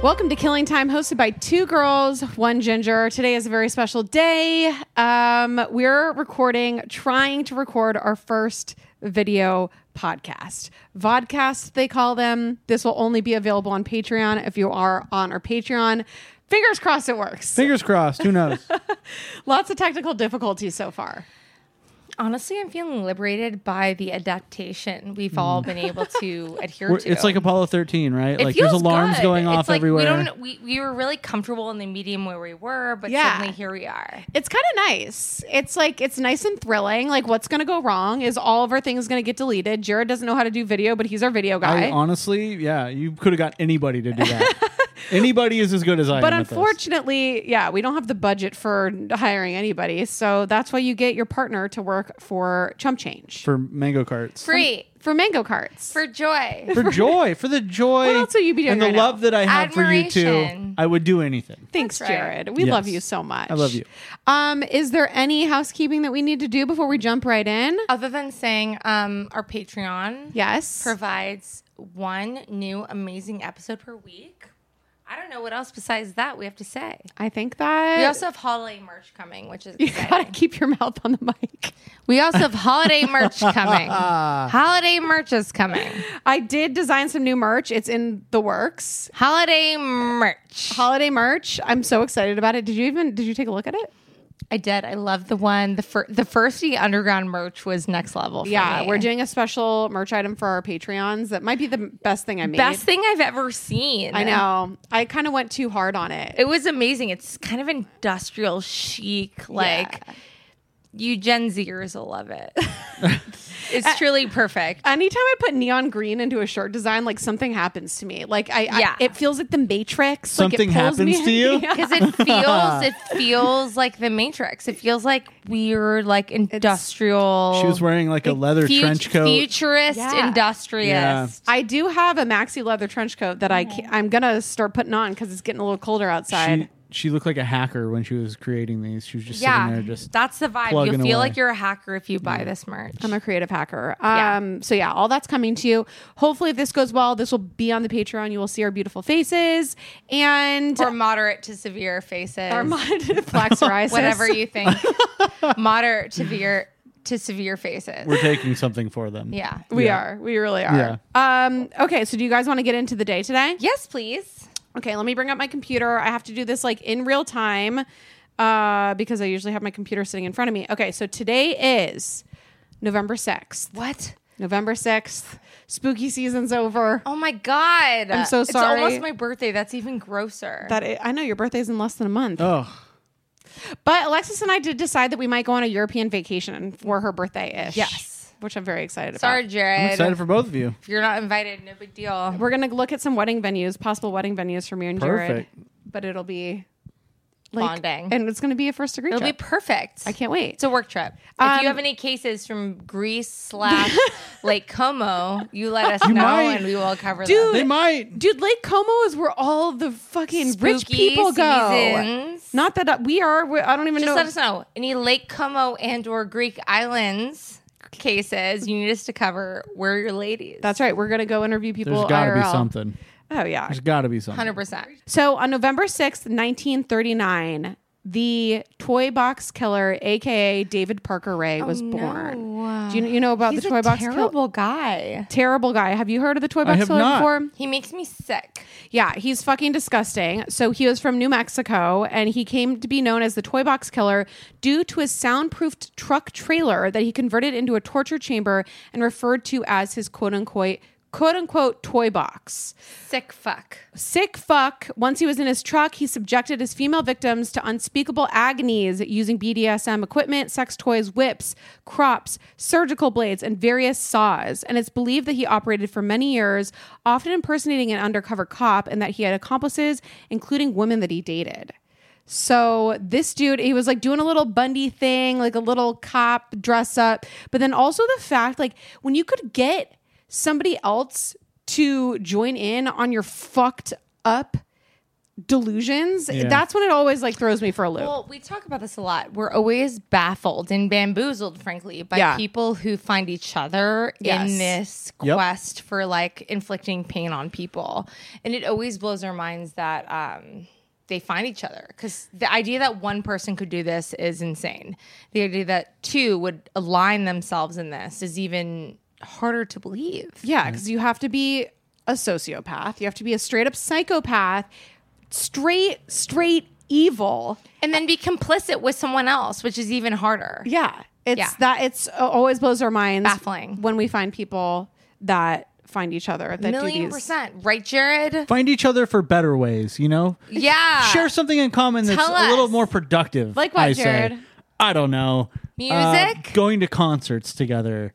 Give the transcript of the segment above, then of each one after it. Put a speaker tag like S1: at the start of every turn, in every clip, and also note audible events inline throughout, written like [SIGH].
S1: Welcome to Killing Time, hosted by two girls, one ginger. Today is a very special day. Um, we're recording, trying to record our first video podcast. Vodcast, they call them. This will only be available on Patreon if you are on our Patreon. Fingers crossed it works.
S2: Fingers crossed. Who
S3: [LAUGHS]
S2: knows?
S1: Lots of technical difficulties so far.
S3: Honestly, I'm feeling liberated by the adaptation we've all been able to
S2: [LAUGHS]
S3: adhere
S2: Hmm. We're-
S3: to.
S2: it's like Apollo 13, right?
S3: It
S2: like
S3: feels
S2: there's alarms
S3: good.
S2: going
S3: It's
S2: off
S3: like
S2: everywhere.
S3: We, don't, we, we were really comfortable in the medium where we were, but
S1: Yeah.
S3: suddenly here we are.
S1: It's kind of nice. It's like it's nice and thrilling. Like what's going to go wrong? Is all of our things going to get deleted? Jared doesn't know how to do video, but he's our video guy.
S2: I honestly, yeah, you could have got anybody to do that.
S3: [LAUGHS]
S2: anybody is as good as I
S1: but
S2: am. at this.
S1: unfortunately, yeah, we don't have the budget for hiring anybody. So that's why you get your partner to work for Chump Change
S2: for mango carts,
S3: Free
S1: for Mango Carts.
S3: for joy. [LAUGHS]
S2: [LAUGHS] for joy, for the joy,
S1: What else will you be doing
S2: and the
S1: right now?
S2: love that I have for you two,
S3: Admiration.
S2: I would do anything.
S1: Thanks,
S3: That's right.
S1: Jared. We
S2: Yes.
S1: love you so much.
S2: I love you.
S1: Um, is there any housekeeping that we need to do before we jump right in?
S3: Other than saying um, our Patreon
S1: Yes.
S3: provides one new amazing episode per week. I don't know what else besides that we have to say.
S1: I think that
S3: We also have holiday merch coming,
S2: [LAUGHS]
S3: which is
S1: [LAUGHS] you
S3: exciting.
S1: gotta keep your mouth on the mic.
S3: We also have holiday
S2: [LAUGHS]
S3: merch coming. holiday merch is coming.
S1: I did design some new merch. It's in the works.
S3: Holiday merch.
S1: Holiday merch. I'm so excited about it. Did you even did you take a look at it?
S3: I did. I love the one. The fir- the first the underground merch was next level. For
S1: Yeah,
S3: me.
S1: we're doing a special merch item for our Patreons. That might be the best thing I made.
S3: best thing I've ever seen.
S1: I know. I kind of went too hard on it.
S3: It was amazing. It's kind of industrial chic, like you Gen Zers will love
S1: [LAUGHS]
S3: it. it's truly perfect.
S1: Anytime I put neon green into a shirt design, like something happens to me. Like I, I-
S3: Yeah.
S1: it feels like the Matrix. like
S2: Something
S1: it pulls me
S2: happens to you?
S1: [LAUGHS] Yeah.
S3: Because it feels, it feels like the Matrix. It feels like weird, like industrial.
S2: She was wearing like a leather
S3: fut-
S2: trench coat.
S3: futurist,
S1: Yeah.
S3: industrious.
S2: Yeah.
S1: I do have a maxi leather trench coat that I
S3: Mm-hmm.
S1: ca- I'm gonna start putting on because it's getting a little colder outside.
S2: She, she looked like a hacker when she was creating these. She was just
S3: Yeah,
S2: sitting there, just
S3: that's the vibe. You
S2: plugging
S3: feel
S2: away. Mm.
S3: like you're a hacker if you buy this merch.
S1: I'm a creative hacker.
S3: Yeah.
S1: Um, So yeah, all that's coming to you. Hopefully, if this goes well, this will be on the Patreon. You will see our beautiful faces and [LAUGHS]
S3: or moderate to severe faces.
S1: our mod- black
S3: [LAUGHS]
S1: psoriasis.
S3: whatever you
S1: [LAUGHS]
S3: think. moderate to severe to severe faces.
S2: we're taking something for them.
S3: yeah.
S1: We are. We really are. Um, okay, so do you guys want to get into the day today?
S3: Yes, please.
S1: Okay, let me bring up my computer. I have to do this like in real time uh, because I usually have my computer sitting in front of me. Okay, so today is November 6th.
S3: What?
S1: November 6th. Spooky season's over.
S3: Oh my god.
S1: I'm so sorry.
S3: It's almost my birthday. That's even grosser.
S1: That i I know your birthday's in less than a month.
S2: Oh,
S1: But Alexis and I did decide that we might go on a European vacation for her birthday ish.
S3: Yes.
S1: Which I'm very excited
S3: sorry,
S1: about.
S3: Jared.
S2: I'm excited for both of you.
S3: if you're not invited, no big deal.
S1: We're going to look at some wedding venues, possible wedding venues for me and Jared.
S2: Perfect.
S1: But it'll be Like,
S3: bonding.
S1: and it's going to be a first degree.
S3: It'll be
S1: trip.
S3: perfect.
S1: I can't wait.
S3: It's a work trip. If
S1: Um,
S3: you have any cases from Greece slash
S1: [LAUGHS]
S3: Lake Como, you let us
S2: You
S3: know
S2: might-
S3: and we will cover
S1: Dude,
S2: They might.
S1: Dude, Lake Como is where all the fucking
S3: them.
S1: rich
S3: Spooky
S1: people go.
S3: seasons.
S1: Not that uh, we are. we- I don't even
S3: Just
S1: know.
S3: let us know any Lake Como and or Greek islands cases you need us to cover. We're your ladies.
S1: That's right. We're gonna go interview people.
S2: There's got to be
S1: IRL.
S2: something.
S1: Oh yeah.
S2: There's got to be something.
S3: hundred percent.
S1: So on November 6th, 1939, the toy box killer, aka David Parker Ray, was born. Do you, you know about
S3: He's
S1: the toy
S3: a
S1: box killer?
S3: terrible guy.
S1: Terrible guy. Have you heard of the toy box
S2: have
S1: killer
S2: not.
S1: before?
S3: He makes me sick.
S1: Yeah, he's fucking disgusting. So he was from New Mexico and he came to be known as the Toy Box Killer due to his soundproofed truck trailer that he converted into a torture chamber and referred to as his quote unquote quote unquote toy box.
S3: Sick fuck.
S1: Sick fuck. Once he was in his truck, he subjected his female victims to unspeakable agonies using BDSM equipment, sex toys, whips, crops, surgical blades, and various saws. And it's believed that he operated for many years, often impersonating an undercover cop, and that he had accomplices, including women that he dated. So this dude, he was like doing a little Bundy thing, like a little cop dress up. But then also the fact, like, when you could get somebody else to join in on your fucked up delusions,
S2: Yeah.
S1: that's when it always like throws me for a loop.
S3: Well, we talk about this a lot. We're always baffled and bamboozled, frankly, by
S1: Yeah.
S3: people who find each other
S1: Yes.
S3: in this
S2: Yep.
S3: quest for like inflicting pain on people. And it always blows our minds that um, they find each other because the idea that one person could do this is insane. The idea that two would align themselves in this is even harder to believe.
S1: yeah, because you have to be a sociopath, you have to be a straight up psychopath, straight, straight evil.
S3: And then be complicit with someone else, which is even harder.
S1: Yeah. It's
S3: Yeah.
S1: that it's it always blows our minds
S3: Baffling.
S1: when we find people that find each other that do
S3: Million
S1: these.
S3: percent. Right, Jared?
S2: Find each other for better ways, you know?
S3: Yeah.
S2: Share something in common that's
S3: Tell
S2: a little
S3: us.
S2: more productive.
S1: Like what,
S2: I say.
S1: Jared?
S2: I don't know. Uh,
S3: Music?
S2: going to concerts together,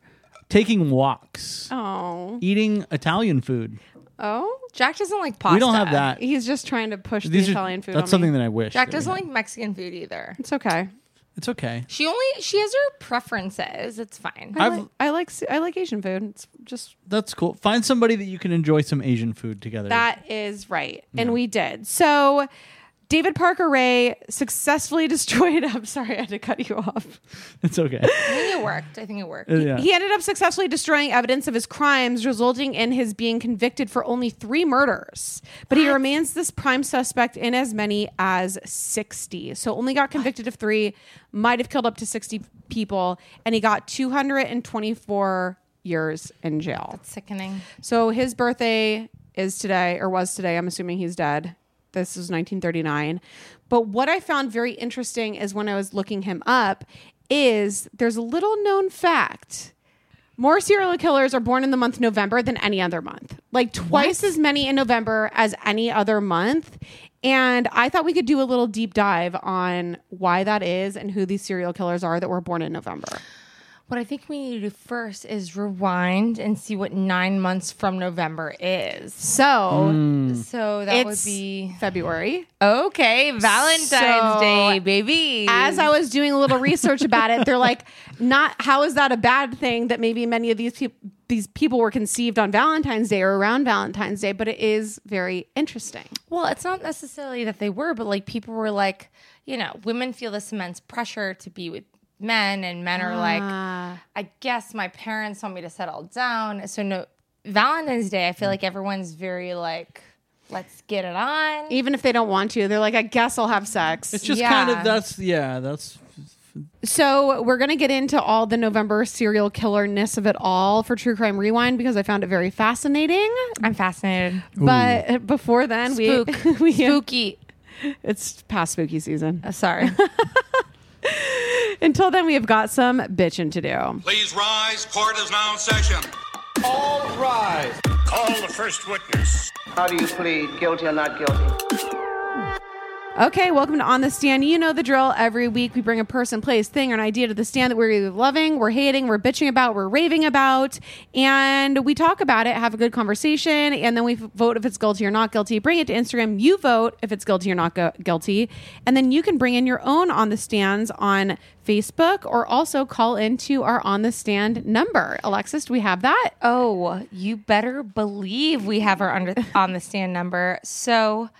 S2: taking walks,
S1: Oh.
S2: eating Italian food.
S1: Oh?
S3: Jack doesn't like pasta.
S2: We don't have that.
S1: He's just trying to push
S2: These
S1: the
S2: are-
S1: Italian food
S2: That's
S1: on
S2: something
S1: me.
S2: that I wish.
S3: Jack
S2: that we
S3: doesn't
S2: had.
S3: like Mexican food either.
S1: It's okay.
S2: It's okay.
S3: She only she has her preferences. It's fine.
S1: I
S2: I've-
S1: like, I like I like Asian food. It's just
S2: That's cool. Find somebody that you can enjoy some Asian food together.
S1: That is right. And we did. So David Parker Ray successfully [LAUGHS] destroyed. I'm sorry, I had to cut you off.
S2: [LAUGHS]
S3: [LAUGHS]
S2: it's okay.
S3: I think it worked. I think it worked.
S2: yeah.
S1: He ended up successfully destroying evidence of his crimes, resulting in his being convicted for only three murders. But he remains this prime suspect in as many as 60. So only got convicted of three, might have killed up to 60 people, and he got 224 years in jail.
S3: Sickening.
S1: So his birthday is today, or was today. I'm assuming he's dead. This is 1939. But what I found very interesting is when I was looking him up, is there's a little known fact. More serial killers are born in the month November than any other month. Like twice as many in November as any other month. And I thought we could do a little deep dive on why that is and who these serial killers are that were born in November.
S3: What I think we need to do first is rewind and see what nine months from November is.
S1: So
S2: Hmm.
S3: So that would
S1: it's
S3: be
S1: February.
S3: okay. Valentine's
S1: So,
S3: Day, baby.
S1: as I was doing a little research about it, they're like, not how is that a bad thing that maybe many of these people these people were conceived on Valentine's Day or around Valentine's Day, but it is very interesting.
S3: Well, it's not necessarily that they were, but like people were like, you know, women feel this immense pressure to be with men, and men are like, I guess my parents want me to settle down. So no, Valentine's Day, I feel like everyone's very like, let's get it on.
S1: Even if they don't want to, they're like, I guess I'll have sex.
S2: It's just
S3: Yeah.
S2: kind of that's yeah, that's
S1: So we're gonna get into all the November serial killer ness of it all for True Crime Rewind because I found it very fascinating.
S3: I'm fascinated.
S1: But before then, we
S3: Spook.
S1: [LAUGHS] we
S3: Spooky.
S1: it's past spooky season.
S3: Oh,
S1: [LAUGHS]
S3: sorry.
S1: Until then, we have got some bitching to do.
S4: Please rise. Court is now in session.
S5: All rise.
S4: Call the first witness.
S6: How do you plead, guilty or not guilty?
S1: Okay, welcome to On the Stand. You know the drill. Every week we bring a person, place, thing, or an idea to the stand that we're either loving, we're hating, we're bitching about, we're raving about, and we talk about it, have a good conversation, and then we vote if it's guilty or not guilty. Bring it to Instagram. You vote if it's guilty or not gu- guilty, and then you can bring in your own On the Stands on Facebook or also call into our On the Stand number. Alexis, do we have that?
S3: Oh, you better believe we have our under on the stand number. So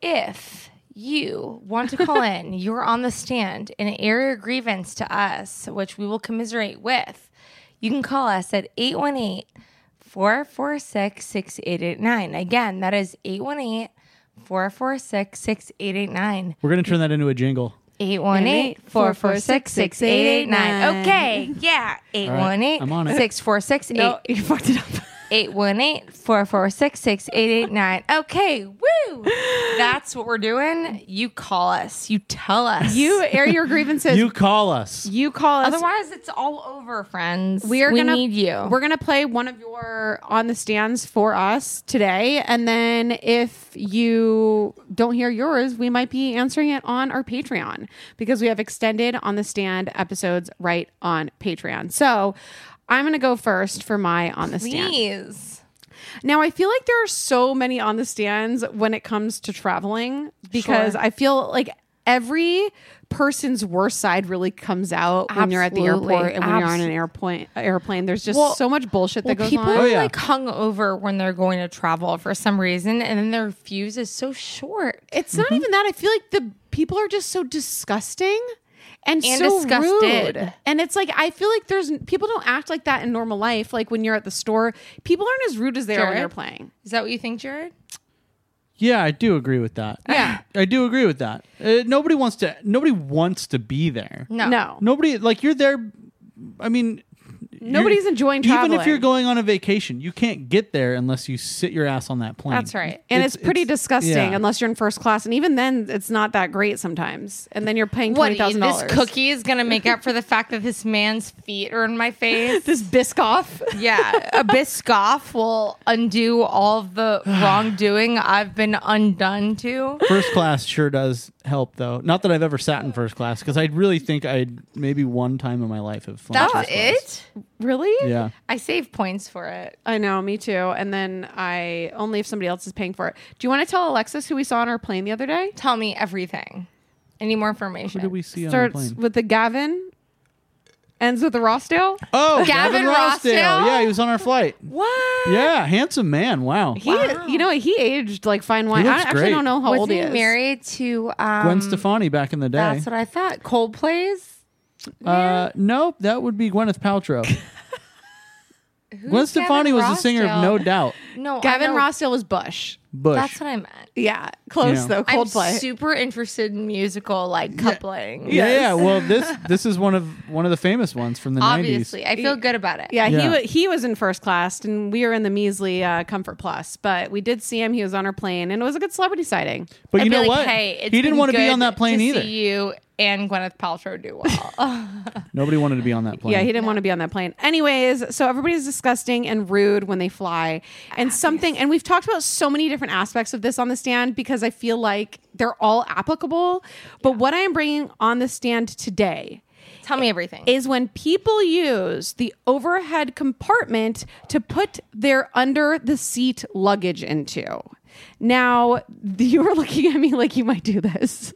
S3: if you want to call
S2: [LAUGHS]
S3: in, you're on the stand and air your grievance to us, which we will commiserate with. You can call us at 818 446 6889. Again, that is 818 446 6889.
S2: We're gonna turn that into a jingle.
S3: 818 446 6889. Okay, yeah. 818
S2: I'm on it.
S3: 646
S1: No,
S3: [LAUGHS]
S1: you fucked it up.
S3: 818-446-6889. Okay, woo! That's what we're doing. You call us. You tell us.
S1: You air your grievances.
S2: [LAUGHS] You
S1: you,
S2: call us.
S1: call us.
S3: Otherwise, it's all over, friends.
S1: we are gonna
S3: need you.
S1: We're gonna play one of your on the stands for us today, and then if you don't hear yours, we might be answering it on our Patreon because we have extended on the stand episodes right on Patreon. So I'm gonna go first for my on the stand.
S3: Please.
S1: Now I feel like there are so many on the stands when it comes to traveling because I feel like every person's worst side really comes out when you're at the
S3: Absolutely.
S1: airport and when you're on an
S3: Absol-
S1: airplane airplane. There's just
S3: Well-
S1: so much bullshit that
S3: Well,
S1: goes
S3: people
S1: on.
S3: are
S2: yeah.
S3: like hung over when they're going to travel for some reason, and then their fuse is so short.
S1: It's not even that. I feel like the people are just so disgusting and,
S3: And
S1: so
S3: disgusted.
S1: rude. And it's like I feel like there's people don't act like that in normal life. Like when you're at the store, people aren't as rude as they are when
S3: Jared?
S1: you're playing.
S3: Is that what you think, Jared?
S2: Yeah, I do agree with that.
S1: Yeah.
S2: I do agree with that. Uh, nobody wants to. Nobody wants to be there.
S3: No.
S1: No.
S2: Nobody like you're there. I mean, you're-
S1: Nobody's enjoying
S2: Even if
S1: traveling.
S2: you're going on a vacation, you can't get there unless you sit your ass on that plane.
S3: That's right.
S1: And
S2: Mm,
S1: it's,
S2: It's-
S1: pretty
S2: it's-
S1: disgusting
S2: yeah.
S1: unless you're in first class, and even then, it's not that great sometimes. And then you're paying
S3: What,
S1: twenty thousand
S3: this
S1: dollars.
S3: cookie is going to make up for the fact that this man's feet are in my face? [LAUGHS]
S1: this Biscoff.
S3: Yeah, a Biscoff will undo all of
S2: [SIGHS]
S3: the wrongdoing I've been undone to.
S2: [LAUGHS] First class sure does help, though. Not that I've ever sat in first class because I really think I maybe one time in my life have flown
S3: That's
S2: first class.
S3: it.
S1: really?
S2: Yeah.
S3: I save points for it.
S1: I know, me too. And then I only if somebody else is paying for it. Do you want to tell Alexis who we saw on our plane the other day?
S3: Tell me everything. Any more
S2: Who
S3: information?
S2: did we see on the
S1: Starts
S2: plane?
S1: with the Gavin, ends with the Rossdale.
S2: oh,
S3: Gavin Rossdale?
S2: Yeah, he was on our flight.
S1: What?
S2: Yeah, handsome man. Wow.
S1: He, you know, he aged like fine wine.
S2: He
S1: I
S2: looks
S1: actually
S2: great.
S1: don't know how
S3: Was
S1: old
S3: he
S1: he is.
S3: married to um,
S2: Gwen Stefani back in the day.
S3: That's what I thought. Coldplay's.
S2: Uh, nope, that would be
S3: [LAUGHS]
S2: Gwyneth Paltrow. Gwen Stefani
S3: Gavin
S2: was the singer of No
S3: Rossdale?
S2: Doubt.
S3: No, I
S1: Gavin
S3: know-
S1: Rossdale was Bush.
S2: Bush.
S3: That's what I meant.
S1: Yeah, close
S2: Yeah.
S1: though. Coldplay.
S3: I'm super interested in musical like coupling.
S2: yeah, yeah. Well, this
S3: [LAUGHS]
S2: this is one of one of the famous ones from the
S3: Obviously,
S2: nineties.
S3: I feel good about it.
S1: Yeah, he
S2: Yeah.
S1: wa- he was in first class, and we were in the measly uh, comfort plus. But we did see him; he was on our plane, and it was a good celebrity sighting.
S2: But
S3: I'd
S2: you
S3: be
S2: know
S3: like,
S2: what?
S3: Hey, it's
S2: he didn't
S3: been
S2: want to be
S3: good
S2: on that plane
S3: to
S2: either.
S3: See you and Gwyneth Paltrow do well.
S2: [LAUGHS] Nobody wanted to be on that plane.
S1: Yeah, he didn't want to be on that plane. Anyways, so everybody's disgusting and rude when they fly, and something. And we've talked about so many different aspects of this on the stand because I feel like they're all applicable. But what I am bringing on the stand today
S3: Tell me everything.
S1: is when people use the overhead compartment to put their under the seat luggage into. Now, [LAUGHS] you are looking at me like you might do this,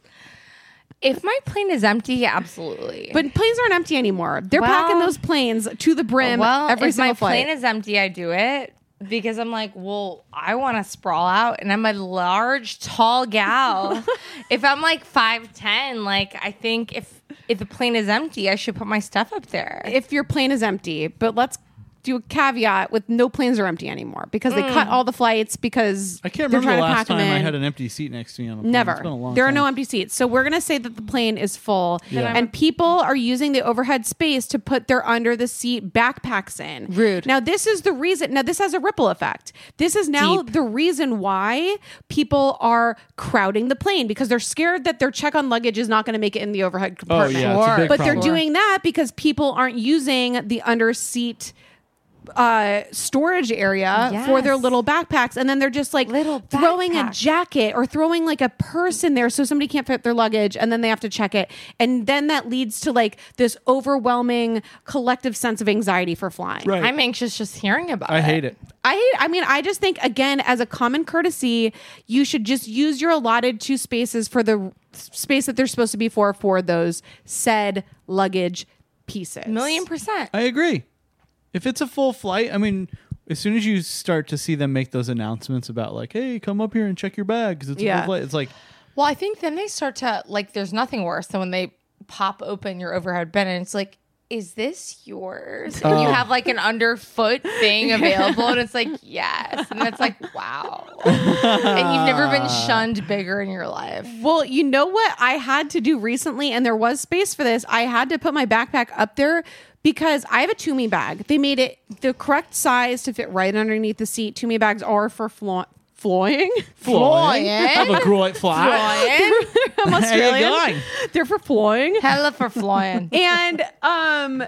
S3: if my plane is empty, absolutely.
S1: but planes aren't empty anymore. They're
S3: Well-
S1: packing those planes to the brim
S3: well,
S1: every
S3: if
S1: single
S3: my
S1: flight.
S3: plane is empty, I do it because I'm like, well, I want to sprawl out, and I'm a large, tall
S1: [LAUGHS]
S3: gal. if I'm like five ten, like I think if if the plane is empty, I should put my stuff up there.
S1: if your plane is empty, but let's do a caveat with no planes are empty anymore because
S3: Hmm.
S1: they cut all the flights because
S2: I can't
S1: they're
S2: remember the
S1: trying to
S2: last
S1: pack
S2: time
S1: them
S2: I
S1: in.
S2: had an empty seat next to me on a plane. It's
S1: Never.
S2: been a long
S1: There are
S2: time.
S1: no empty seats. So we're going to say that the plane is full and people are using the overhead space to put their under the seat backpacks in.
S3: Rude.
S1: Now, this is the reason. Now, this has a ripple effect. This is now the reason why people are crowding the plane because they're scared that their check on luggage is not going to make it in the overhead
S2: Oh
S1: compartment.
S2: yeah, it's a big
S1: But
S2: problem.
S1: they're doing that because people aren't using the under seat uh, storage area for their
S3: Yes.
S1: little backpacks, and then they're just like
S3: Little
S1: throwing a
S3: backpack.
S1: jacket or throwing like a purse in there so somebody can't fit their luggage, and then they have to check it, and then that leads to like this overwhelming collective sense of anxiety for flying.
S2: Right.
S3: I'm anxious just hearing about
S2: I
S3: it.
S2: hate it.
S1: I hate. I mean, I just think again, as a common courtesy, you should just use your allotted two spaces for the s- space that they're supposed to be for for those said luggage pieces.
S3: Million percent.
S2: I agree. If it's a full flight, I mean, as soon as you start to see them make those announcements about like, "Hey, come up here and check your bag," 'cause it's a
S1: Yeah.
S2: full flight, it's like,
S3: Well, I think then they start to like. There's nothing worse than when they pop open your overhead bin and it's like, "Is this yours?" And you have like an underfoot thing available, and it's like, "Yes," and it's like, "Wow," and you've never been shunned bigger in your life.
S1: Well, you know what I had to do recently, and there was space for this. I had to put my backpack up there because I have a Toomey bag. They made it the correct size to fit right underneath the seat. Toomey bags are for flo- flying.
S2: [LAUGHS] flying,
S1: eh?
S2: have a great flight.
S3: [LAUGHS]
S1: I'm Australian.
S2: going?
S1: [LAUGHS] They're for flying.
S3: Hella for
S1: [LAUGHS]
S3: flying.
S1: and um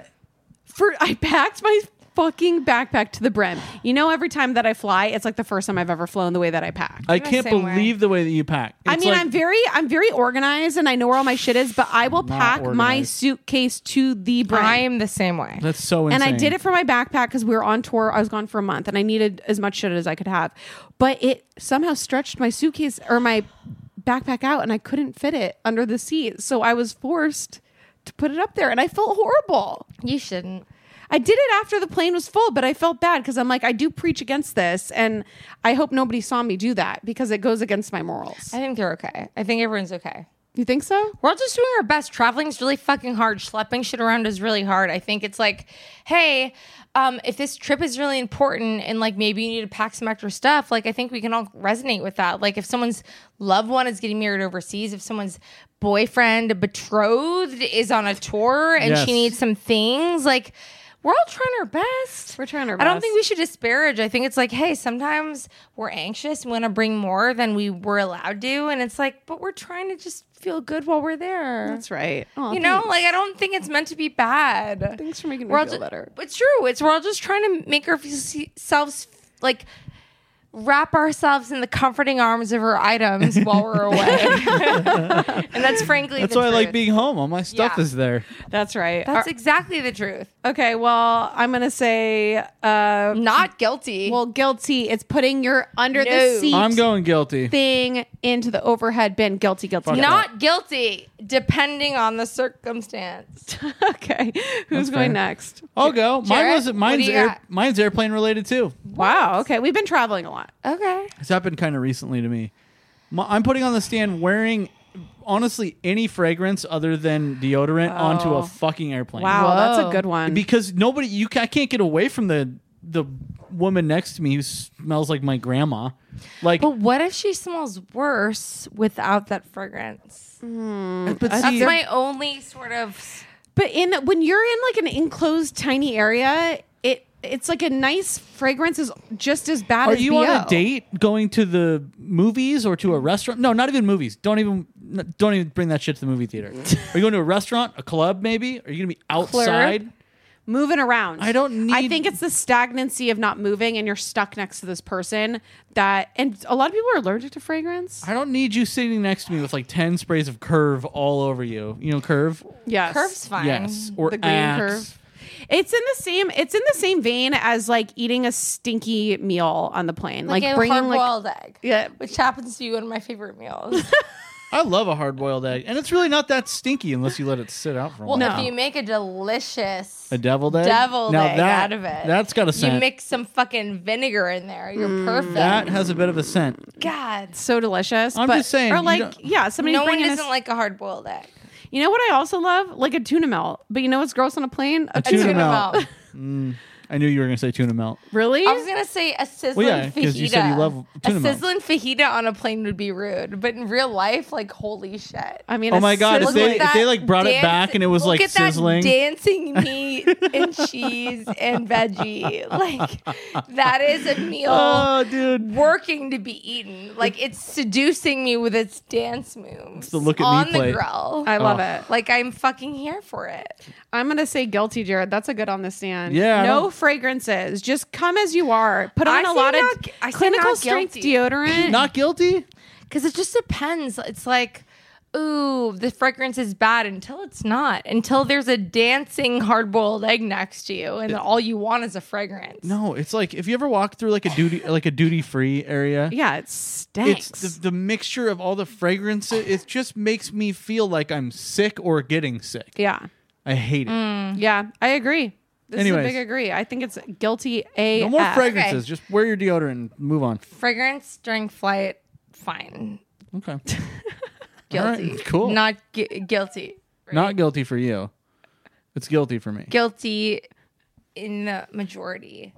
S1: for I packed my fucking backpack to the brim. You know, every time that I fly, it's like the first time I've ever flown the way that I pack. I,
S2: I can't
S3: same way.
S2: believe the way that you pack. It's
S1: mean,
S2: like-
S1: I'm very I'm very organized and I know where all my shit is, but I will
S2: Not
S1: pack my
S2: organized.
S1: suitcase to the brim.
S3: I am the same way.
S2: That's so insane.
S1: and I did it for my backpack because we were on tour. I was gone for a month and I needed as much shit as I could have. But it somehow stretched my suitcase or my backpack out and I couldn't fit it under the seat. So I was forced to put it up there and I felt horrible.
S3: You shouldn't.
S1: I did it after the plane was full, but I felt bad because I'm like, I do preach against this, and I hope nobody saw me do that because it goes against my morals.
S3: I think they're okay. I think everyone's okay.
S1: You think so?
S3: We're all just doing our best. Traveling's really fucking hard. Schlepping shit around is really hard. I think it's like, hey, um, if this trip is really important and like maybe you need to pack some extra stuff, like I think we can all resonate with that. Like if someone's loved one is getting married overseas, if someone's boyfriend betrothed is on a tour and
S2: Yes.
S3: she needs some things, like we're all trying our best.
S1: We're trying our
S3: I don't
S1: best.
S3: think we should disparage. I think it's like, hey, sometimes we're anxious. We want to bring more than we were allowed to. And it's like, but we're trying to just feel good while we're there.
S1: That's right. Aw,
S3: You know,
S1: thanks.
S3: like I don't think it's meant to be bad.
S1: thanks for making me
S3: We're all
S1: feel
S3: ju-
S1: better.
S3: It's true. It's we're all just trying to make ourselves like wrap ourselves in the comforting arms of our
S1: [LAUGHS]
S3: items while we're away. and that's frankly
S2: That's
S3: the
S2: why I like
S3: truth.
S2: being home. All my stuff
S3: Yeah.
S2: is there.
S1: That's right.
S3: That's exactly the truth.
S1: okay, well, I'm gonna say, uh,
S3: Not guilty.
S1: well, guilty. It's putting your under the
S3: No.
S1: seat
S2: I'm going guilty.
S1: thing into the overhead bin. Guilty, guilty. guilty.
S3: not guilty, depending on the circumstance.
S1: [LAUGHS] okay. Who's going next?
S2: I'll go. Mine
S3: Jarrett,
S2: wasn't.
S3: what do
S2: Mine's
S3: you
S2: air,
S3: got?
S2: mine's airplane related too.
S1: Wow. Okay, we've been traveling a lot.
S3: Okay.
S2: It's happened kind of recently to me. My, I'm putting on the stand wearing honestly any fragrance other than deodorant onto a fucking airplane.
S1: Oh. Wow, that's a
S3: Whoa.
S1: good one.
S2: Because nobody, you ca- I can't get away from the the woman next to me who smells like my grandma. Like,
S3: But what if she smells worse without that fragrance?
S2: but see,
S3: Mm. That's my only sort of
S1: But in when you're in like an enclosed tiny area, it it's like a nice fragrance is just as bad
S2: are
S1: as
S2: you
S1: BO.
S2: on a date going to the movies or to a restaurant? No, not even movies. Don't even n- don't even bring that shit to the movie theater.
S3: Mm.
S2: [LAUGHS] are you going to a restaurant, a club, maybe? Are you going to be outside?
S1: Moving around.
S2: I don't
S1: I
S2: need-
S1: think it's the stagnancy of not moving and you're stuck next to this person that and a lot of people are allergic to fragrance.
S2: I don't need you sitting next to me with like ten sprays of Curve all over you. You know, Curve.
S1: Yes.
S3: curves fine.
S2: Yes, or
S1: The green
S2: Axe.
S1: curve. It's in the same it's in the same vein as like eating a stinky meal on the plane. Like,
S3: Like, a
S1: bringing
S3: hard
S1: like
S3: boiled egg.
S1: Yeah.
S3: Which happens to be one of my favorite
S1: [LAUGHS]
S3: meals.
S2: I love a hard boiled egg, and it's really not that stinky unless you let it sit out for a
S3: well,
S2: while.
S1: No.
S3: if you make a delicious
S2: A deviled egg.
S3: deviled
S2: Now
S3: egg
S2: that-
S3: out of it,
S2: That's got a scent.
S3: You mix some fucking vinegar in there. You're
S1: Mm.
S3: perfect.
S2: that has a bit of a scent.
S3: God.
S1: so delicious.
S2: I'm
S1: but,
S2: just saying,
S1: Or
S2: you
S1: like,
S2: don't-
S1: yeah, somebody
S3: No one doesn't like a hard boiled egg.
S1: You know what I also love? Like a tuna melt. But you know what's gross on a plane? A,
S2: tuna
S3: Tuna
S2: melt. [LAUGHS]
S3: melt.
S2: I knew you were gonna say tuna melt.
S1: Really?
S3: I was gonna say a sizzling
S2: yeah,
S3: fajita.
S2: 'cause you said you love tuna
S3: a
S2: melt.
S3: sizzling fajita on a plane would be rude, but in real life, like holy shit.
S1: I mean,
S2: Oh
S1: a
S2: my God, if
S1: sizzling-
S2: they- if like, brought it back and it was,
S3: look
S2: like,
S3: at that
S2: sizzling. [LAUGHS]
S3: dancing meat and cheese and veggie, like that is a meal
S2: Oh, dude.
S3: working to be eaten. Like it's seducing me with its dance moves.
S2: the look at me
S3: on the
S2: play.
S3: grill.
S1: I love
S2: Oh.
S1: it.
S3: like I'm fucking here for it.
S1: I'm gonna say guilty, Jared. That's a good on the stand.
S2: Yeah, I
S1: No
S2: don't-
S1: fragrances. Just come as you are. Put
S3: I
S1: on a
S3: say
S1: lot
S3: not gu- I
S1: of
S3: say
S1: clinical
S3: not
S1: strength
S3: guilty. [LAUGHS]
S1: deodorant.
S2: Not guilty?
S3: Because it just depends. It's like, ooh, the fragrance is bad until it's not. Until there's a dancing hard boiled egg next to you, and all you want is a fragrance.
S2: No, it's like if you ever walk through like a
S3: [LAUGHS]
S2: duty like a duty free area.
S1: yeah, it
S2: It's
S1: stinks.
S2: the, the mixture of all the fragrances. It just makes me feel like I'm sick or getting sick.
S1: yeah,
S2: I hate it.
S3: Mm,
S1: yeah, I agree. This
S2: Anyways.
S1: is a big agree. I think it's guilty. A
S2: No more
S1: F.
S2: fragrances.
S3: Okay.
S2: Just wear your deodorant and move on.
S3: Fragrance during flight, fine.
S2: [LAUGHS] Okay. All
S3: [LAUGHS] Guilty.
S2: right, cool.
S3: Not gu- guilty.
S2: Not guilty for you. It's guilty for me.
S3: Guilty in the majority.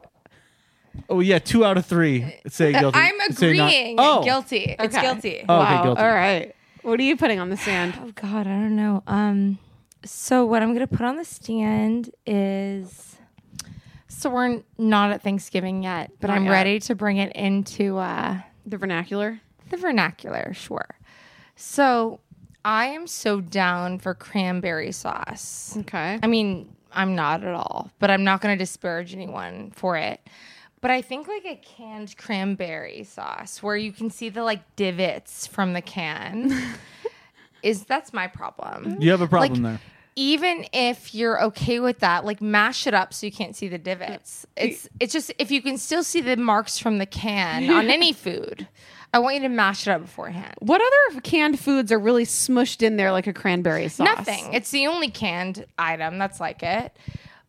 S2: oh yeah, two out
S3: [LAUGHS]
S2: of three say guilty.
S3: I'm
S2: say not-
S3: agreeing.
S2: Oh.
S3: Guilty. It's
S1: Okay.
S3: guilty.
S2: Oh, okay,
S1: Wow.
S2: guilty.
S1: All right. What are you putting on the stand?
S3: Oh God, I don't know. Um, so what I'm gonna put on the stand is. So we're not at Thanksgiving yet, but
S1: Not
S3: I'm
S1: yet.
S3: ready to bring it into uh,
S1: The vernacular.
S3: the vernacular. Sure. So I am so down for cranberry sauce.
S1: Okay.
S3: I mean, I'm not at all, but I'm not going to disparage anyone for it. But I think like a canned cranberry sauce where you can see the like divots from the can is that's my problem.
S2: You have a problem
S3: Like,
S2: there.
S3: Even if you're okay with that, like mash it up so you can't see the divots. It's it's just if you can still see the marks from the can on any food, I want you to mash it up beforehand.
S1: What other canned foods are really smushed in there like a cranberry sauce?
S3: Nothing. It's the only canned item that's like it.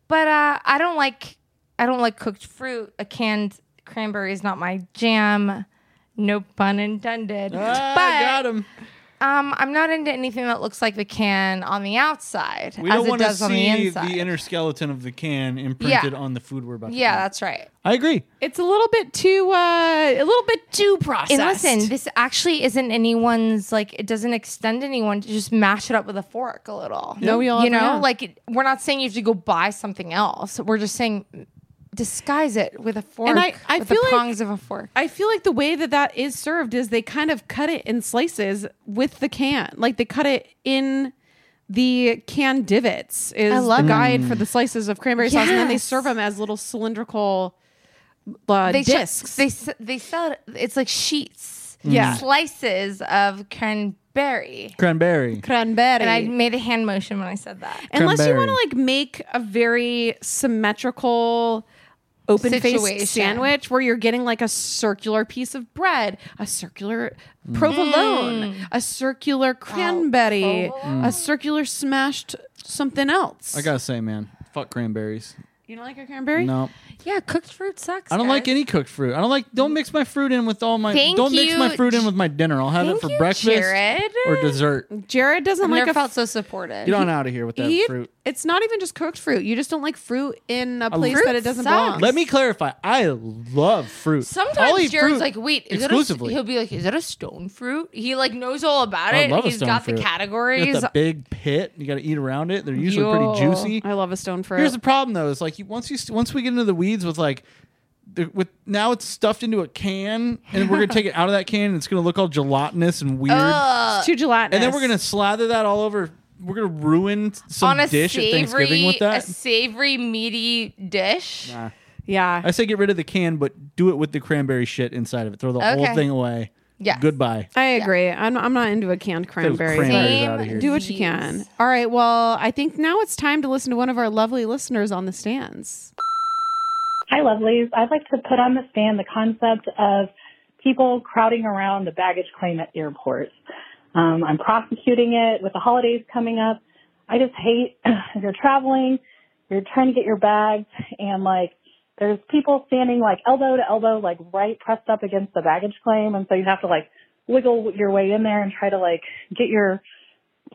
S3: But uh, I don't like I don't like cooked fruit. A canned cranberry is not my jam. No pun intended.
S2: Ah, got
S3: but
S2: him.
S3: um, I'm not into anything that looks like the can on the outside
S2: We
S3: as
S2: don't
S3: it
S2: want to
S3: does on the
S2: see the,
S3: inside.
S2: inner skeleton of the can imprinted
S3: Yeah.
S2: on the food we're about to
S3: yeah,
S2: eat.
S3: that's right.
S2: I agree.
S1: It's a little bit too uh a little bit too processed.
S3: And listen, this actually isn't anyone's like it doesn't extend anyone to just mash it up with a fork a little.
S1: No, we all
S3: you know,
S1: yeah.
S3: like it, we're not saying you have to go buy something else. We're just saying disguise it with a fork.
S1: And I- I
S3: with
S1: feel
S3: the
S1: like-
S3: prongs of a fork.
S1: I feel like the way that that is served is they kind of cut it in slices with the can. Like they cut it in the can divots is
S3: I love it.
S1: the
S3: Mm.
S1: guide for the slices of cranberry sauce, and then they
S3: Yes.
S1: serve them as little cylindrical uh,
S3: They sh-
S1: discs.
S3: they s- they sell it. It's like sheets.
S1: Yeah.
S3: slices of cranberry.
S2: Cranberry.
S1: cranberry.
S3: And I made a hand motion when I said that.
S1: Unless you
S2: Cranberry.
S1: want to like make a very symmetrical open
S3: Situation.
S1: faced sandwich where you're getting like a circular piece of bread, a circular
S2: Mm.
S1: provolone, a circular cranberry, a circular smashed something else.
S2: Mm. I gotta say, man, fuck cranberries.
S1: you don't like a cranberry?
S2: No,
S3: Yeah, cooked fruit sucks.
S2: I don't like
S3: guys.
S2: any cooked fruit. I don't like. Don't mix my fruit in with all my.
S3: Thank
S2: don't mix my
S3: you,
S2: fruit in with my dinner. I'll have it
S3: thank
S2: for
S3: you,
S2: breakfast
S3: Jared.
S2: or dessert. Get
S1: Jared doesn't
S3: I've
S1: like
S3: never
S1: a
S3: felt so supported.
S2: on out of here with that
S1: he-
S2: fruit.
S1: It's not even just cooked fruit. You just don't like fruit in a place
S3: Fruit
S1: that it doesn't
S3: sucks.
S1: belong.
S2: Let me clarify. I love fruit. I'll
S3: Sometimes
S2: eat
S3: Jared's
S2: fruit
S3: like, wait, is
S2: exclusively.
S3: It a, he'll be like, is it a stone fruit? He like knows all about
S2: I
S3: it.
S2: love a
S3: He's
S2: stone
S3: got
S2: fruit.
S3: the
S2: You got
S3: categories.
S2: the big pit. You got to eat around it. They're usually pretty
S3: Yo.
S2: juicy.
S1: I love a stone fruit.
S2: Here's the problem though. Is like you, once you st- once we get into the weeds with like the, with now it's stuffed into a can and we're gonna take it out of that can and it's gonna look all gelatinous and weird.
S1: it's too gelatinous.
S2: and then we're gonna slather that all over. We're gonna ruin some
S3: on a
S2: dish at Thanksgiving
S3: savory,
S2: with
S3: a
S2: that.
S3: savory meaty dish.
S1: yeah.
S2: I say get rid of the can, but do it with the cranberry shit inside of it. Throw the whole
S3: Okay.
S2: thing away.
S3: Yes.
S2: Goodbye.
S1: I agree. I'm, I'm not into a canned cranberry.
S2: cranberry.
S1: thing.
S2: Same outta here.
S1: Do what you can. All right. Well, I think now it's time to listen to one of our lovely listeners on the stands.
S6: Hi, lovelies. I'd like to put on the stand the concept of people crowding around the baggage claim at airports. Um, I'm prosecuting it with the holidays coming up. I just hate [CLEARS THROAT] if you're traveling, you're trying to get your bags, and like there's people standing like elbow to elbow, like right pressed up against the baggage claim, and so you have to like wiggle your way in there and try to like get your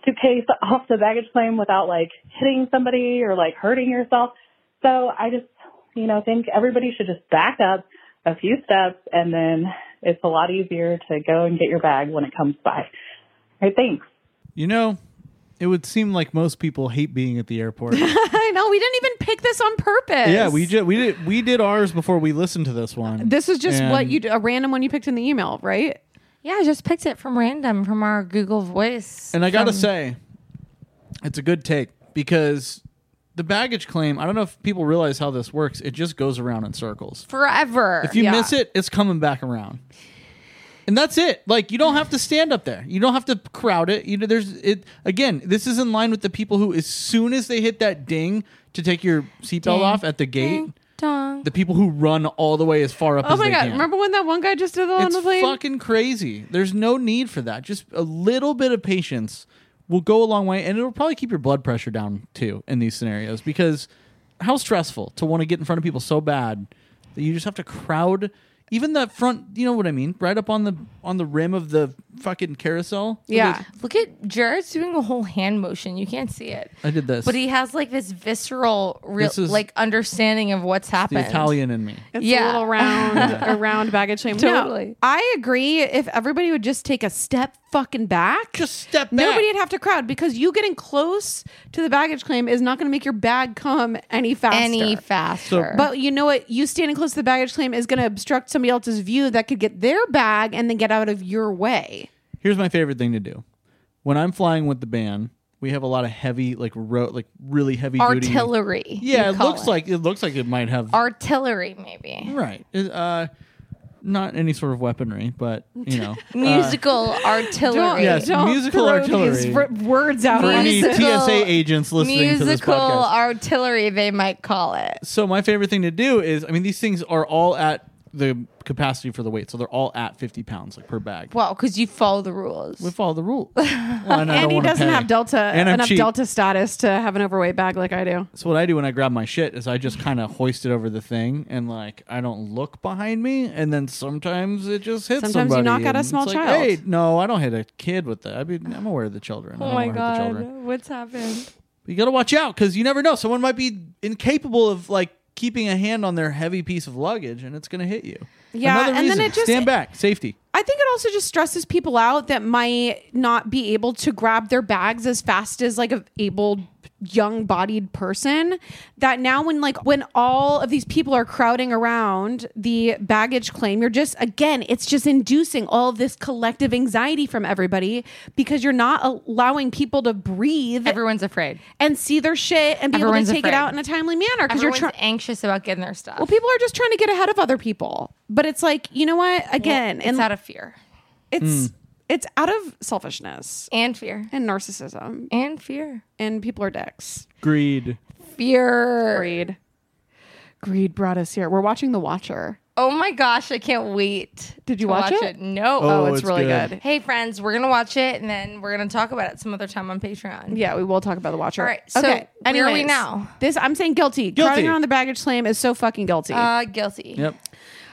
S6: suitcase off the baggage claim without like hitting somebody or like hurting yourself. So I just, you know, think everybody should just back up a few steps and then it's a lot easier to go and get your bag when it comes by. All right, thanks.
S2: You know, it would seem like most people hate being at
S3: [LAUGHS]
S2: the airport.
S1: I know we didn't even pick this on purpose.
S2: yeah, we ju- we did we did ours before we listened to this one.
S1: This is just
S2: And
S1: what you d- a random one you picked in the email, right?
S3: Yeah, I just picked it from random from our Google Voice.
S2: And I gotta say, it's a good take because the baggage claim, I don't know if people realize how this works. It just goes around in circles.
S1: forever.
S2: If you
S1: Yeah.
S2: miss it, it's coming back around. And that's it. Like you don't have to stand up there. You don't have to crowd it. You know, there's it again. This is in line with the people who, as soon as they hit that ding to take your seatbelt
S3: Ding,
S2: off at the gate,
S3: Dong.
S2: the people who run all the way as far up
S1: Oh
S2: as
S1: my
S2: they
S1: god!
S2: can.
S1: Remember when that one guy just did the on
S2: it's
S1: the plane?
S2: fucking crazy. There's no need for that. Just a little bit of patience will go a long way, and it'll probably keep your blood pressure down too in these scenarios because how stressful to want to get in front of people so bad that you just have to crowd even that front. You know what I mean? Right up on the on the rim of the fucking carousel.
S1: yeah.
S3: Look at Jared's doing a whole hand motion. You can't see it.
S2: I did this.
S3: But he has like this visceral, real,
S2: This is-
S3: like understanding of what's
S2: the
S3: happened.
S2: Italian in me.
S1: It's a
S3: Yeah.
S1: little [LAUGHS] round, a round baggage claim. No,
S3: Totally.
S1: I agree. If everybody would just take a step fucking back,
S2: Just step back.
S1: Nobody would have to crowd because you getting close to the baggage claim is not going to make your bag come any faster.
S3: Any faster.
S1: But you know what? You standing close to the baggage claim is going to obstruct somebody else's view that could get their bag and then get out of your way.
S2: Here's my favorite thing to do. When I'm flying with the band, we have a lot of heavy, like road, like really heavy duty
S3: artillery.
S2: Yeah,
S3: you
S2: it
S3: call
S2: looks like it looks like it might have
S3: artillery, maybe.
S2: Right. It, Uh, not any sort of weaponry, but
S1: [LAUGHS]
S2: you know,
S3: Musical artillery.
S2: Yes, musical
S1: throw
S2: artillery.
S1: these r- words out.
S2: for
S1: on
S2: any
S1: [LAUGHS] me.
S3: Musical-
S2: TSA agents listening to this
S3: Musical
S2: podcast.
S3: artillery, they might call it.
S2: so my favorite thing to do is, I mean, these things are all at the capacity for the weight, so they're all at fifty pounds, like per bag.
S3: Well, because you follow the rules.
S2: We follow
S1: [LAUGHS]
S2: the rules. Well, and I don't
S1: And he
S2: wanna
S1: doesn't
S2: pay.
S1: have Delta
S2: And I'm
S1: enough
S2: cheap.
S1: Delta status to have an overweight bag like I do.
S2: So what I do when I grab my shit is I just kind of hoist it over the thing, and like I don't look behind me, and then sometimes it just hits.
S1: Sometimes you
S2: somebody,
S1: knock out a
S2: and
S1: small
S2: it's like,
S1: child.
S2: hey, no, I don't hit a kid with that. I mean, I'm aware of the children. I
S3: oh
S2: don't
S3: my
S2: wanna Hit the children.
S3: God. What's happened?
S2: you gotta watch out because you never know. Someone might be incapable of like keeping a hand on their heavy piece of luggage, and it's gonna hit you.
S1: Yeah,
S2: Another
S1: and then
S2: reason,
S1: it just-
S2: stand back, safety.
S1: I think it also just stresses people out that might not be able to grab their bags as fast as like a able young bodied person that now when like when all of these people are crowding around the baggage claim you're just again it's just inducing all this collective anxiety from everybody because you're not allowing people to breathe
S3: Everyone's afraid.
S1: and see their shit and be
S3: Everyone's
S1: able to take
S3: afraid.
S1: it out in a timely manner because you're
S3: Everyone's
S1: trying
S3: anxious about getting their stuff.
S1: well people are just trying to get ahead of other people but it's like you know what again
S3: it's out of fear
S1: it's it's out of selfishness
S3: and fear
S1: and narcissism
S3: and fear.
S1: and people are dicks
S2: Greed.
S3: Fear.
S1: greed greed brought us here we're watching the watcher
S3: Oh my gosh, I can't wait.
S1: Did you
S3: to
S1: watch it?
S3: No.
S1: oh,
S2: Oh,
S1: it's,
S2: it's
S1: really
S2: good.
S1: good.
S3: Hey friends, we're gonna watch it and then we're gonna talk about it some other time on Patreon.
S1: yeah we will talk about the watcher
S3: All right, so where are we now?
S1: this i'm saying guilty. crowding
S2: Guilty.
S1: around the baggage claim is so fucking guilty
S3: Uh, guilty.
S2: Yep.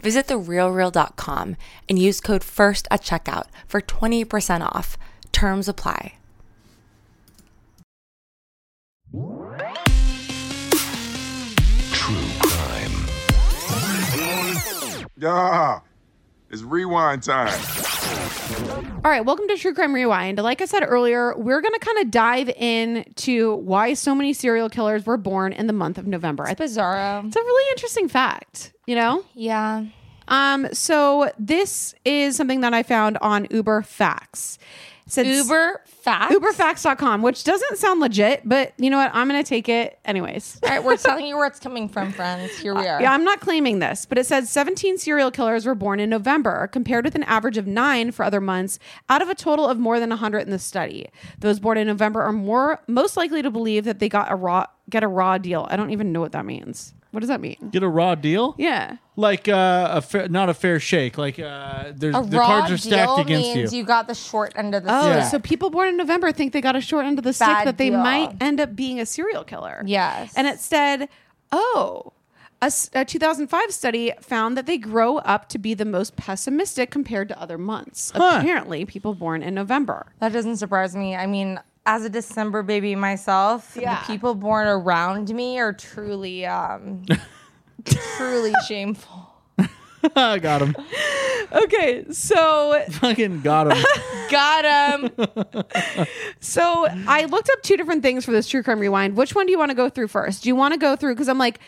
S7: Visit therealreal.com and use code FIRST at checkout for 20% off. Terms apply.
S8: Yeah, it's rewind time.
S1: All right, welcome to True Crime Rewind. Like I said earlier, we're going to kind of dive into why so many serial killers were born in the month of November.
S3: It's bizarro.
S1: It's a really interesting fact, you know?
S3: Yeah.
S1: Um so this is something that I found on Uber Facts.
S3: Since Uber Facts.
S1: Uberfacts.com, which doesn't sound legit, but you know what? I'm going to take it anyways.
S3: All right, we're telling you where it's coming from, friends. Here we are.
S1: Uh, Yeah, I'm not claiming this, but it says 17 serial killers were born in November, compared with an average of nine for other months, out of a total of more than 100 in the study. Those born in November are more most likely to believe that they got a raw get a raw deal. I don't even know what that means. What does that mean?
S2: Get a raw deal?
S1: Yeah.
S2: Like uh, a fa- not a fair shake. Like uh, there's
S3: A
S2: the
S3: raw
S2: cards are stacked
S3: deal
S2: against
S3: means
S2: you.
S3: you got the short end of the
S1: Oh,
S3: stick.
S1: so people born in November think they got a short end of the stick
S3: Bad
S1: that they
S3: deal.
S1: might end up being a serial killer.
S3: Yes.
S1: And it said, oh, a, s- a 2005 study found that they grow up to be the most pessimistic compared to other months.
S3: Huh.
S1: Apparently, people born in November.
S3: That doesn't surprise me. I mean, as a December baby myself,
S1: Yeah.
S3: the people born around me are truly,
S2: [LAUGHS]
S3: um, truly shameful.
S2: [LAUGHS] I got him.
S1: Okay, so
S2: Fucking got
S1: [LAUGHS]
S2: him.
S3: Got him.
S1: so I looked up two different things for this true crime rewind. Which one do you want to go through first? Do you want to go through because I'm like,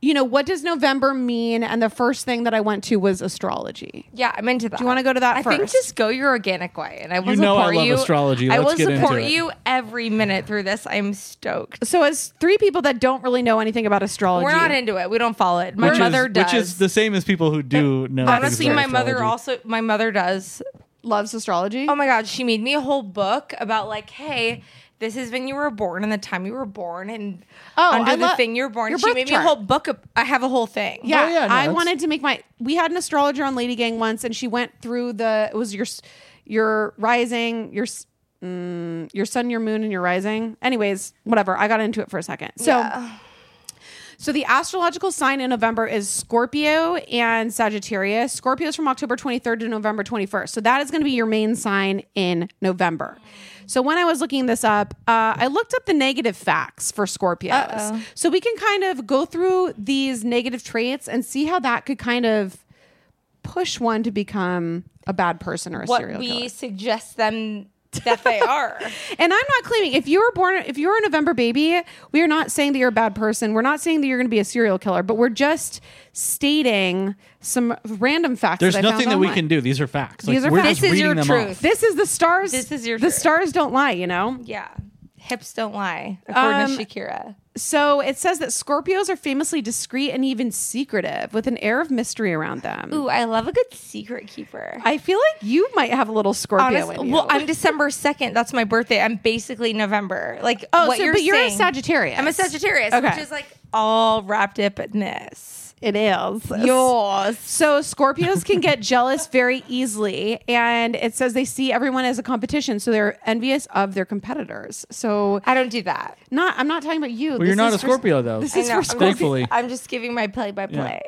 S1: you know, what does November mean? And the first thing that I went to was astrology.
S3: Yeah, I'm into that. Do you
S1: want to go to that
S3: I think
S1: first?
S3: just go your organic way, and I will
S2: You know I
S3: support
S2: love
S3: you.
S2: astrology.
S3: I
S2: Let's
S3: will
S2: get into
S3: support
S2: it.
S3: you every minute through this. I'm stoked.
S1: So, as three people that don't really know anything about astrology,
S3: We're not into it. We don't follow it. My
S2: which
S3: mother
S2: is,
S3: does.
S2: Which is the same as people who do know.
S3: Honestly,
S2: things
S3: my
S2: about
S3: mother
S2: astrology.
S3: also my mother does.
S1: loves astrology.
S3: Oh my god, she made me a whole book about like, hey, this is when you were born and the time you were born and
S1: Oh,
S3: under
S1: I
S3: the
S1: lo-
S3: thing you're born.
S1: your
S3: She
S1: birth
S3: made me
S1: chart.
S3: a whole book. Of, I have a whole thing.
S1: Yeah,
S2: Oh, yeah, no,
S1: I
S2: that's-
S1: wanted to make my. We had an astrologer on Lady Gang once, and she went through the. It was your, s- your rising, your, s- mm, your sun, your moon, and your rising. Anyways, whatever. I got into it for a second. So, so the astrological sign in November is Scorpio and Sagittarius. Scorpio is from October 23rd to November 21st. So that is going to be your main sign in November. So when I was looking this up, uh, I looked up the negative facts for Scorpios.
S3: Uh-oh.
S1: So we can kind of go through these negative traits and see how that could kind of push one to become a bad person or a
S3: What
S1: serial
S3: we
S1: killer.
S3: suggest them that
S1: [LAUGHS]
S3: they are.
S1: And I'm not claiming if you were born if you're a November baby, we are not saying that you're a bad person. We're not saying that you're going to be a serial killer, but we're just stating some random facts.
S2: There's
S1: that I found
S2: nothing that we
S1: online.
S2: can do. These are facts.
S1: These
S2: Like,
S1: are
S2: we're
S1: facts.
S2: just
S1: This is
S2: reading
S1: your
S2: them
S3: truth.
S2: off.
S1: This is the stars.
S3: This is your
S1: the
S3: truth.
S1: stars don't lie. You know.
S3: yeah. Hips don't lie, according
S1: Um,
S3: to Shakira.
S1: So it says that Scorpios are famously discreet and even secretive, with an air of mystery around them.
S3: Ooh, I love a good secret keeper.
S1: I feel like you might have a little Scorpio
S3: Honestly,
S1: in you.
S3: well, I'm December second. That's my birthday. I'm basically November. Like,
S1: Oh,
S3: what
S1: so-
S3: you're
S1: but you're a
S3: saying-
S1: Sagittarius.
S3: I'm a Sagittarius,
S1: Okay.
S3: which is like all wrapped up in this.
S9: It is.
S1: Yours. So Scorpios can get [LAUGHS] jealous very easily. And it says they see everyone as a competition. So they're envious of their competitors. So
S3: I don't do that.
S1: Not I'm not talking about you.
S2: Well,
S1: This
S2: you're not
S1: is
S2: a
S1: for-
S2: Scorpio, though.
S1: This is
S2: I know.
S1: for
S2: I'm-
S1: Scorpio.
S2: Thankfully.
S3: [LAUGHS] I'm just giving my play by play.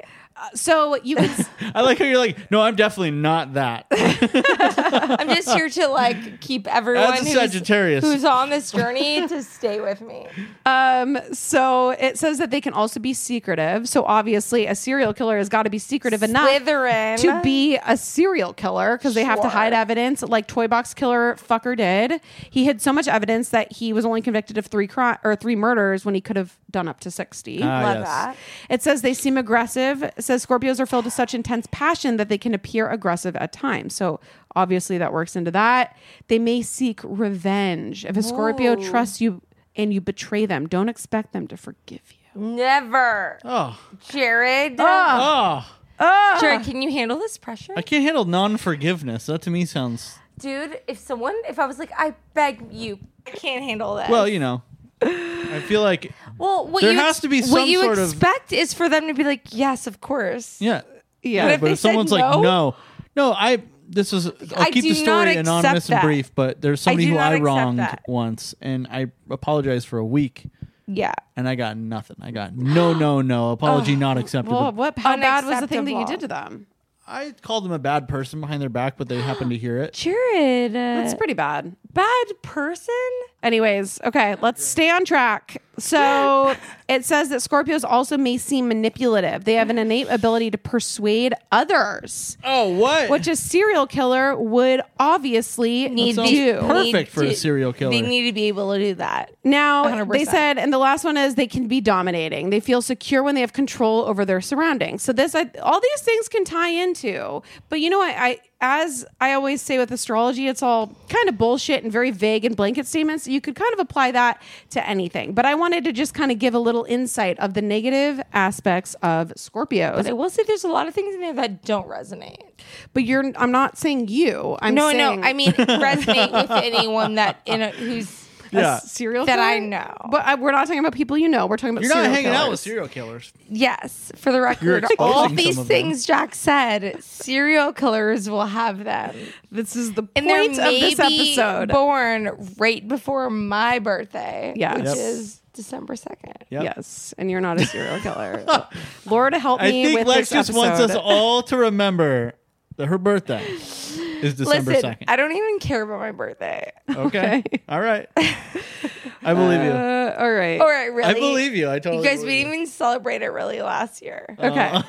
S1: So you
S2: [LAUGHS]
S1: can
S2: I like how you're like, no, I'm definitely not
S1: [LAUGHS]
S2: that.
S3: I'm just here to like keep everyone
S2: As a
S3: who's-
S2: Sagittarius.
S3: who's on this
S1: [LAUGHS]
S3: journey to stay with me.
S1: Um, so it says that they can also be secretive. So obviously, a serial killer has got to be secretive enough
S3: Slytherin.
S1: to be a serial killer because they have to
S3: Sure.
S1: hide evidence, like Toy Box Killer fucker did. He hid so much evidence that he was only convicted of three crime or three murders when he could have done up to sixty.
S2: Ah, Love yes.
S3: that.
S1: It says they seem aggressive. It says Scorpios are filled with such intense passion that they can appear aggressive at times. So. Obviously, that works into that. They may seek revenge. If a Scorpio
S3: Ooh.
S1: trusts you and you betray them, don't expect them to forgive you.
S3: Never.
S2: Oh.
S3: Jared.
S1: Ah.
S2: Oh,
S3: Jared, can you handle this pressure?
S2: I can't handle non forgiveness. That to me sounds,
S3: Dude, if someone, if I was like, I beg you, I can't handle this.
S2: well, you know, I feel like
S3: Well, what
S2: There
S3: you
S2: has to be
S3: what
S2: some
S3: you
S2: sort of-
S3: expect is for them to be like, yes, of course.
S2: Yeah.
S3: Yeah. But if they said
S2: someone's
S3: no?
S2: like, no, no, I, this is, I'll
S3: I
S2: keep
S3: do
S2: the story
S3: not
S2: anonymous
S3: accept that.
S2: and brief, but there's somebody
S3: I do
S2: who
S3: not
S2: I
S3: accept
S2: wronged
S3: that.
S2: once and I apologized for a week
S3: Yeah.
S2: and I got nothing. I got no, no, no. Apology not acceptable.
S1: Well, Oh, what? How bad was the thing that you did to them?
S2: I called them a bad person behind their back, but they happened to hear it.
S3: Jared. uh,
S1: That's pretty bad.
S3: Bad person?
S1: Anyways, okay, let's stay on track. [LAUGHS] So it says that Scorpios also may seem manipulative. They have an innate ability to persuade others,
S2: Oh, what?
S1: which a serial killer would obviously need
S2: sounds
S1: do.
S2: perfect for a serial killer.
S3: They need to be able to do that.
S1: Now,
S3: 100%.
S1: they said, and the last one is they can be dominating. They feel secure when they have control over their surroundings. So this, I, all these things can tie into. But you know, I, I as I always say with astrology, it's all kind of bullshit and very vague and blanket statements. You could kind of apply that to anything. But I wanted to just kind of give a little insight of the negative aspects of Scorpios.
S3: But I will say there's a lot of things in there that don't resonate.
S1: But you're, I'm not saying you. I'm
S3: no,
S1: saying,
S3: no. I [LAUGHS] mean, resonate with anyone that in a, who's
S2: Yeah.
S1: a serial
S3: that
S1: killer?
S3: I know.
S1: But I, we're not talking about people you know. We're talking about
S2: You're not
S1: serial
S2: hanging out
S1: killers.
S2: with serial killers.
S3: Yes, for the record,
S2: exposing
S3: all
S2: some
S3: these
S2: of them.
S3: things Jack said, serial killers will have them.
S1: This is the
S3: And
S1: point
S3: they're
S1: of this
S3: maybe
S1: episode.
S3: born right before my birthday,
S1: Yes.
S3: which
S1: Yep.
S3: is December 2nd.
S2: Yep.
S1: Yes, and you're not a serial
S2: [LAUGHS]
S1: killer. Lord help me
S2: I think
S1: with
S2: Lex
S1: this
S2: just wants us
S1: episode.
S2: all to remember that her birthday is December
S3: Listen,
S2: 2nd.
S3: I don't even care about my birthday. [LAUGHS]
S2: Okay. All right. I believe you.
S1: Uh, all right.
S3: All right, really?
S2: I believe you. I totally
S3: You guys, we
S2: believe
S3: didn't even celebrate it really last year.
S1: Okay.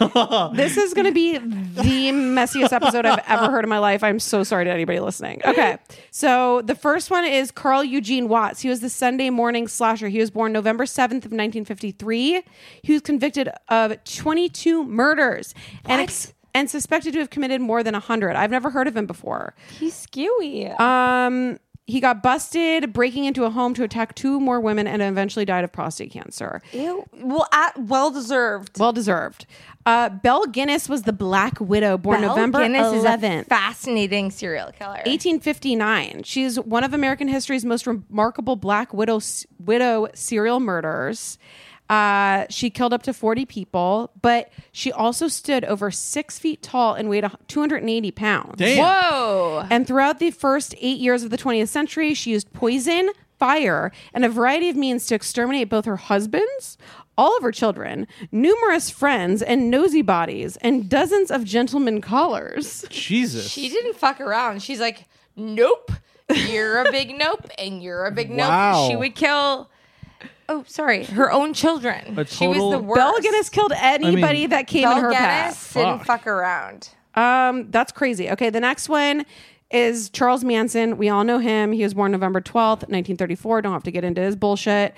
S1: this is going to be the messiest episode I've ever heard in my life. I'm so sorry to anybody listening. Okay. So the first one is Carl Eugene Watts. He was the Sunday morning slasher. He was born November 7th of 1953. He was convicted of 22 murders and ex- and suspected to have committed more than 100. I've never heard of him before.
S3: He's skewy.
S1: Um, he got busted breaking into a home to attack two more women and eventually died of prostate cancer.
S3: Ew. Well, at, well deserved.
S1: Well deserved. Uh, Belle Guinness was the Black Widow, born
S3: Belle
S1: November
S3: Guinness is a
S1: 11th.
S3: fascinating serial killer.
S1: 1859. She's one of American history's most remarkable Black Widow widow serial murderers. Uh, she killed up to 40 people, but she also stood over six feet tall and weighed a- 280 pounds.
S2: Damn.
S3: Whoa.
S1: And throughout the first eight years of the 20th century, she used poison, fire, and a variety of means to exterminate both her husbands, all of her children, numerous friends and nosy bodies, and dozens of gentlemen callers.
S2: Jesus.
S3: She didn't fuck around. She's like, nope, you're a big [LAUGHS] nope, and you're a big nope.
S2: Wow.
S3: She would kill. Oh, sorry, her own children.
S2: A
S3: she was
S2: total-
S3: the
S2: Belle
S3: worst.
S1: Belle Guinness killed anybody
S2: I mean-
S1: that came
S3: Belle
S1: in her
S3: Guinness
S1: path.
S3: didn't
S2: Fuck.
S3: fuck around.
S1: Um, that's crazy. Okay, the next one is Charles Manson. We all know him. He was born November 12th, 1934. Don't have to get into his bullshit.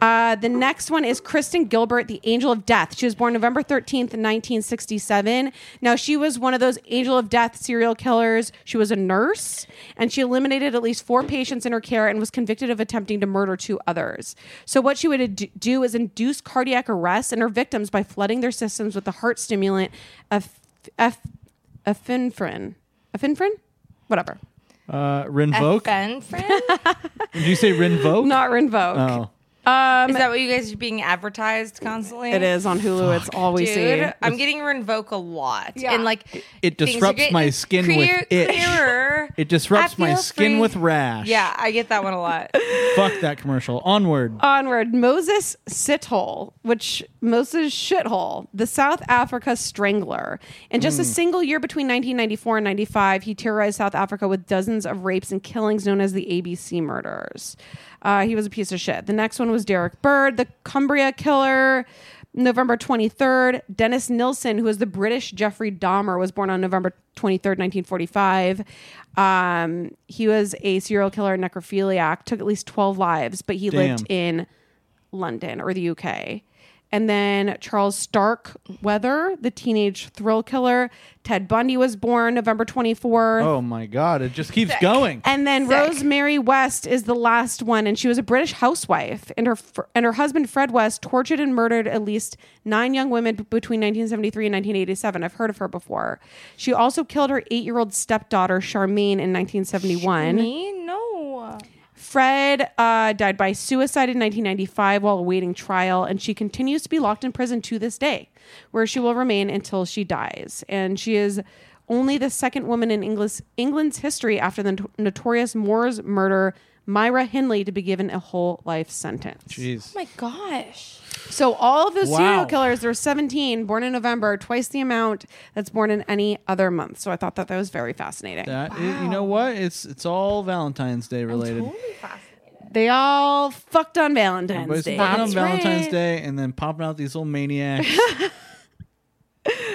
S1: Uh, the next one is Kristen Gilbert, the Angel of Death. She was born November 13th, 1967. Now, she was one of those Angel of Death serial killers. She was a nurse and she eliminated at least four patients in her care and was convicted of attempting to murder two others. So, what she would ad- do is induce cardiac arrest in her victims by flooding their systems with the heart stimulant of. Affinfrin. Affinfrin? Whatever.
S2: Uh, Rinvoke? [LAUGHS]
S3: Ben friend?
S2: Did you say Rinvoke?
S1: Not Rinvoke.
S2: Oh.
S3: Um, is that what you guys are being advertised constantly?
S10: It is on Hulu. It's all we
S3: Dude,
S10: see.
S3: I'm getting Rinvoke a lot, and like it,
S2: It disrupts my skin with itch.
S3: Clearer.
S2: It disrupts
S3: I
S2: my
S3: feel
S2: skin
S3: free.
S2: with rash.
S3: Yeah, I get that one a lot.
S2: Fuck that commercial. Onward.
S1: Oh. Onward, Moses Sithole, which Moses Shithole, the South Africa Strangler. In just a
S2: Mm.
S1: single year between 1994 and 95, he terrorized South Africa with dozens of rapes and killings known as the ABC murders. Uh, he was a piece of shit. The next one was Derek Bird, the Cumbria Killer. November 23rd, Dennis Nilsson, who is the British Jeffrey Dahmer, was born on November 23rd, 1945. Um, he was a serial killer and necrophiliac, took at least 12 lives, but he lived in London or the UK. And then Charles Starkweather, the teenage thrill killer. Ted Bundy was born November 24th.
S2: Oh my god, it just keeps going.
S1: And then Rosemary West is the last one, and she was a British housewife, and her fr- and her husband Fred West tortured and murdered at least nine young women b- between 1973 and 1987. I've heard of her before. She also killed her eight-year-old stepdaughter Charmaine in
S3: [LAUGHS]
S1: 1971.
S3: Me no.
S1: Fred uh, died by suicide in 1995 while awaiting trial, and she continues to be locked in prison to this day, where she will remain until she dies. And she is only the second woman in Englis- England's history after the no- notorious Moors murder, Myra Hindley, to be given a whole life sentence.
S2: Jeez.
S3: Oh my gosh.
S1: So all of those serial
S2: Wow.
S1: killers, there were 17 born in November, twice the amount that's born in any other month. So I thought that that was very fascinating.
S2: That is- you know what? It's it's all Valentine's Day related.
S1: They all fucked on Valentine's
S2: Everybody's
S1: Day.
S2: fucking on
S1: That's
S2: Valentine's
S1: right.
S2: Day and then popping out these little maniacs. [LAUGHS]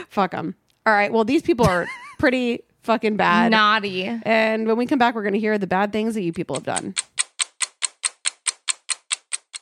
S1: Fuck them. All right. Well, these people are pretty fucking bad.
S3: Naughty.
S1: And when we come back, we're going to hear the bad things that you people have done.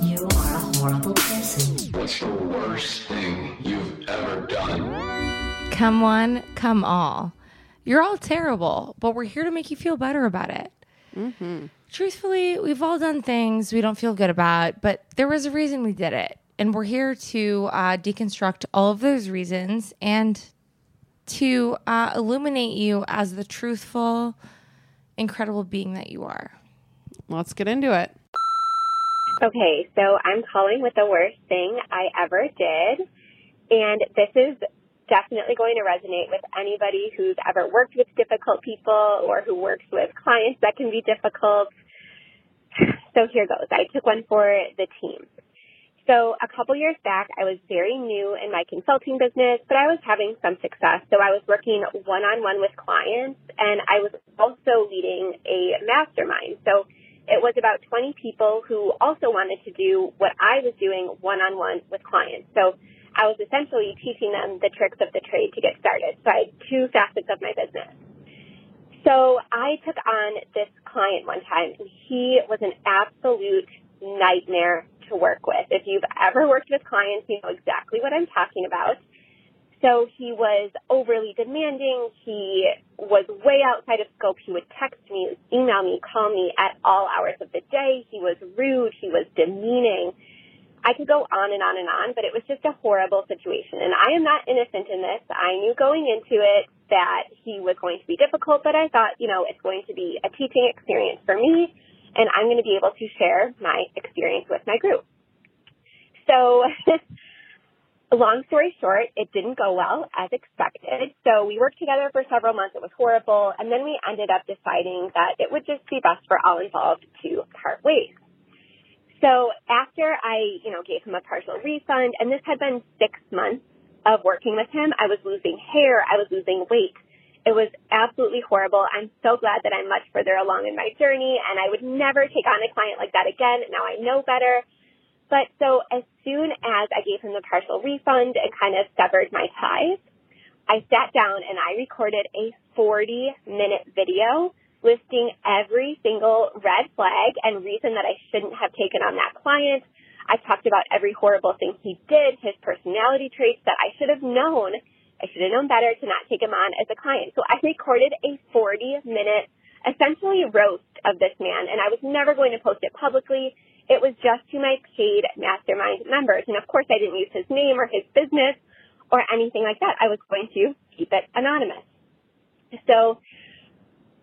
S11: You are a horrible person. What's the worst thing you've ever done?
S3: Come one, come all. You're all terrible, but we're here to make you feel better about it.
S1: Mm-hmm.
S3: Truthfully, we've all done things we don't feel good about, but there was a reason we did it. And we're here to uh, deconstruct all of those reasons and to uh, illuminate you as the truthful, incredible being that you are.
S1: Let's get into it.
S12: Okay, so I'm calling with the worst thing I ever did. And this is definitely going to resonate with anybody who's ever worked with difficult people or who works with clients that can be difficult. [SIGHS] So here goes. I took one for the team. So a couple years back, I was very new in my consulting business, but I was having some success. So I was working one-on-one with clients and I was also leading a mastermind. So it was about 20 people who also wanted to do what I was doing one-on-one with clients. So I was essentially teaching them the tricks of the trade to get started. So I had two facets of my business. So I took on this client one time, and he was an absolute nightmare to work with. If you've ever worked with clients, you know exactly what I'm talking about. So he was overly demanding. He was way outside of scope. He would text me, email me, call me at all hours of the day. He was rude. He was demeaning. I could go on and on and on, but it was just a horrible situation. And I am not innocent in this. I knew going into it that he was going to be difficult, but I thought, you know, it's going to be a teaching experience for me, and I'm going to be able to share my experience with my group. So Long story short, it didn't go well as expected. So we worked together for several months. It was horrible. And then we ended up deciding that it would just be best for all involved to part ways. So after I, you know, gave him a partial refund, and this had been six months of working with him, I was losing hair. I was losing weight. It was absolutely horrible. I'm so glad that I'm much further along in my journey and I would never take on a client like that again. Now I know better. But so as soon as I gave him the partial refund and kind of severed my ties, I sat down and I recorded a 40 minute video listing every single red flag and reason that I shouldn't have taken on that client. I talked about every horrible thing he did, his personality traits that I should have known. I should have known better to not take him on as a client. So I recorded a 40 minute essentially roast of this man and I was never going to post it publicly. It was just to my paid mastermind members. And of course I didn't use his name or his business or anything like that. I was going to keep it anonymous. So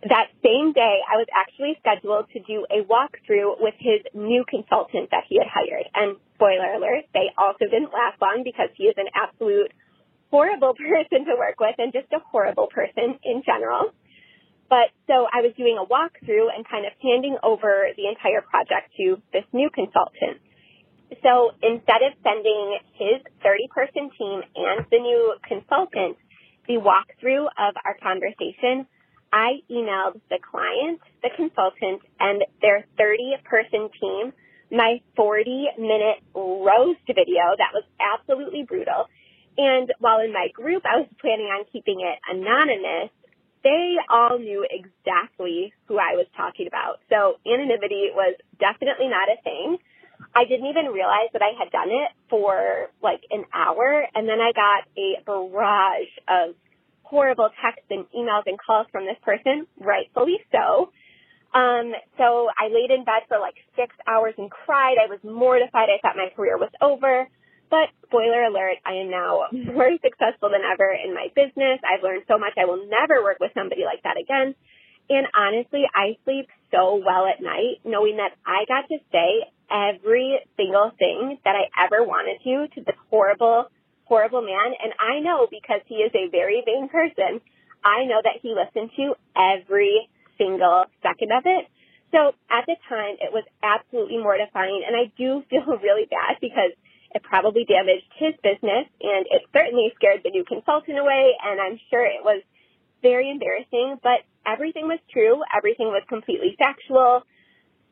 S12: that same day, I was actually scheduled to do a walkthrough with his new consultant that he had hired. And spoiler alert, they also didn't last long because he is an absolute horrible [LAUGHS] person to work with and just a horrible person in general. But so I was doing a walkthrough and kind of handing over the entire project to this new consultant. So instead of sending his 30 person team and the new consultant the walkthrough of our conversation, I emailed the client, the consultant, and their 30 person team my 40 minute roast video that was absolutely brutal. And while in my group I was planning on keeping it anonymous, they all knew exactly who I was talking about. So anonymity was definitely not a thing. I didn't even realize that I had done it for like an hour and then I got a barrage of horrible texts and emails and calls from this person, rightfully so. Um, so I laid in bed for like six hours and cried. I was mortified. I thought my career was over. But spoiler alert, I am now [LAUGHS] more successful than ever in my business. I've learned so much. I will never work with somebody like that again. And honestly, I sleep so well at night knowing that I got to say every single thing that I ever wanted to to this horrible, horrible man. And I know because he is a very vain person, I know that he listened to every single second of it. So at the time, it was absolutely mortifying. And I do [LAUGHS] feel really bad because it probably damaged his business and it certainly scared the new consultant away and I'm sure it was very embarrassing, but everything was true. Everything was completely factual.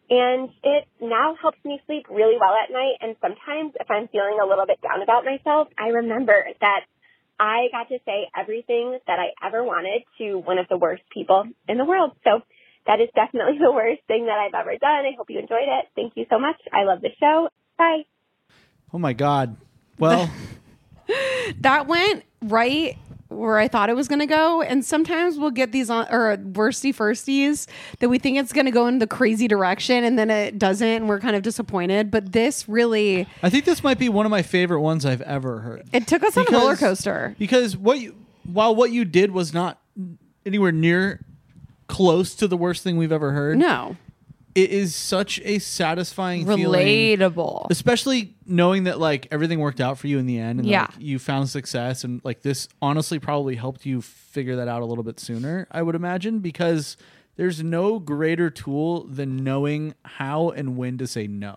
S12: And it now helps me sleep really well at night. And sometimes if I'm feeling a little bit down about myself, I remember that I got to say everything that I ever wanted to one of the worst people in the world. So that is definitely [LAUGHS] the worst thing that I've ever done. I hope you enjoyed it. Thank you so much. I love the show. Bye.
S2: Oh my God.
S1: [LAUGHS]
S2: Well,
S1: that went right where I thought it was going to go. And sometimes we'll get these on or worsty firsties that we think it's going to go in the crazy direction and then it doesn't. And we're kind of disappointed. But this really,
S2: I think this might be one of my favorite ones I've ever heard.
S1: it took us on a
S2: Because-
S1: roller coaster.
S2: Because what you, while what you did was not anywhere near close to the worst thing we've ever heard.
S1: No.
S2: It is such a satisfying feeling.
S1: Relatable.
S2: Especially knowing that like everything worked out for you in the end and
S1: Yeah.
S2: like, you found success and like this honestly probably helped you figure that out a little bit sooner, I would imagine, because there's no greater tool than knowing how and when to say no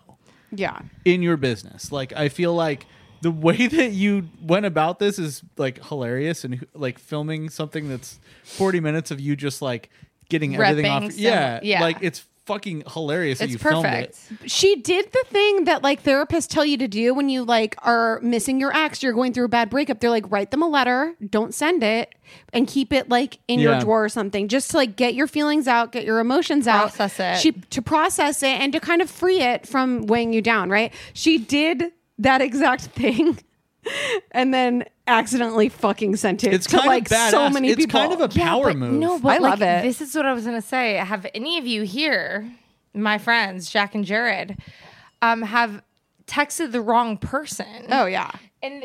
S1: Yeah.
S2: in your business. Like I feel like the way [LAUGHS] that you went about this is like hilarious and like filming something that's 40 minutes of you just like getting everything off.
S1: Repping some-
S2: yeah,
S1: yeah.
S2: Like it's fucking hilarious that
S1: It's
S2: you filmed it.
S1: She did the thing that like therapists tell you to do when you like are missing your ex, you're going through a bad breakup. They're like, write them a letter, don't send it, and keep it like in your
S13: Yeah.
S1: drawer or something, just to like get your feelings out, get your emotions
S3: Process
S1: out.
S3: it.
S1: She to process it and to kind of free it from weighing you down, right? She did that exact [LAUGHS] thing. And then accidentally fucking sent it
S2: It's
S1: to
S2: kind of
S1: like so
S2: badass.
S1: many
S2: It's
S1: people.
S2: kind of a Yeah, power but move.
S3: No, but
S1: I love
S3: like,
S1: it.
S3: This is what I was gonna say. Have any of you here, my friends, Jack and Jared, um, have texted the wrong person?
S1: Oh, yeah.
S3: and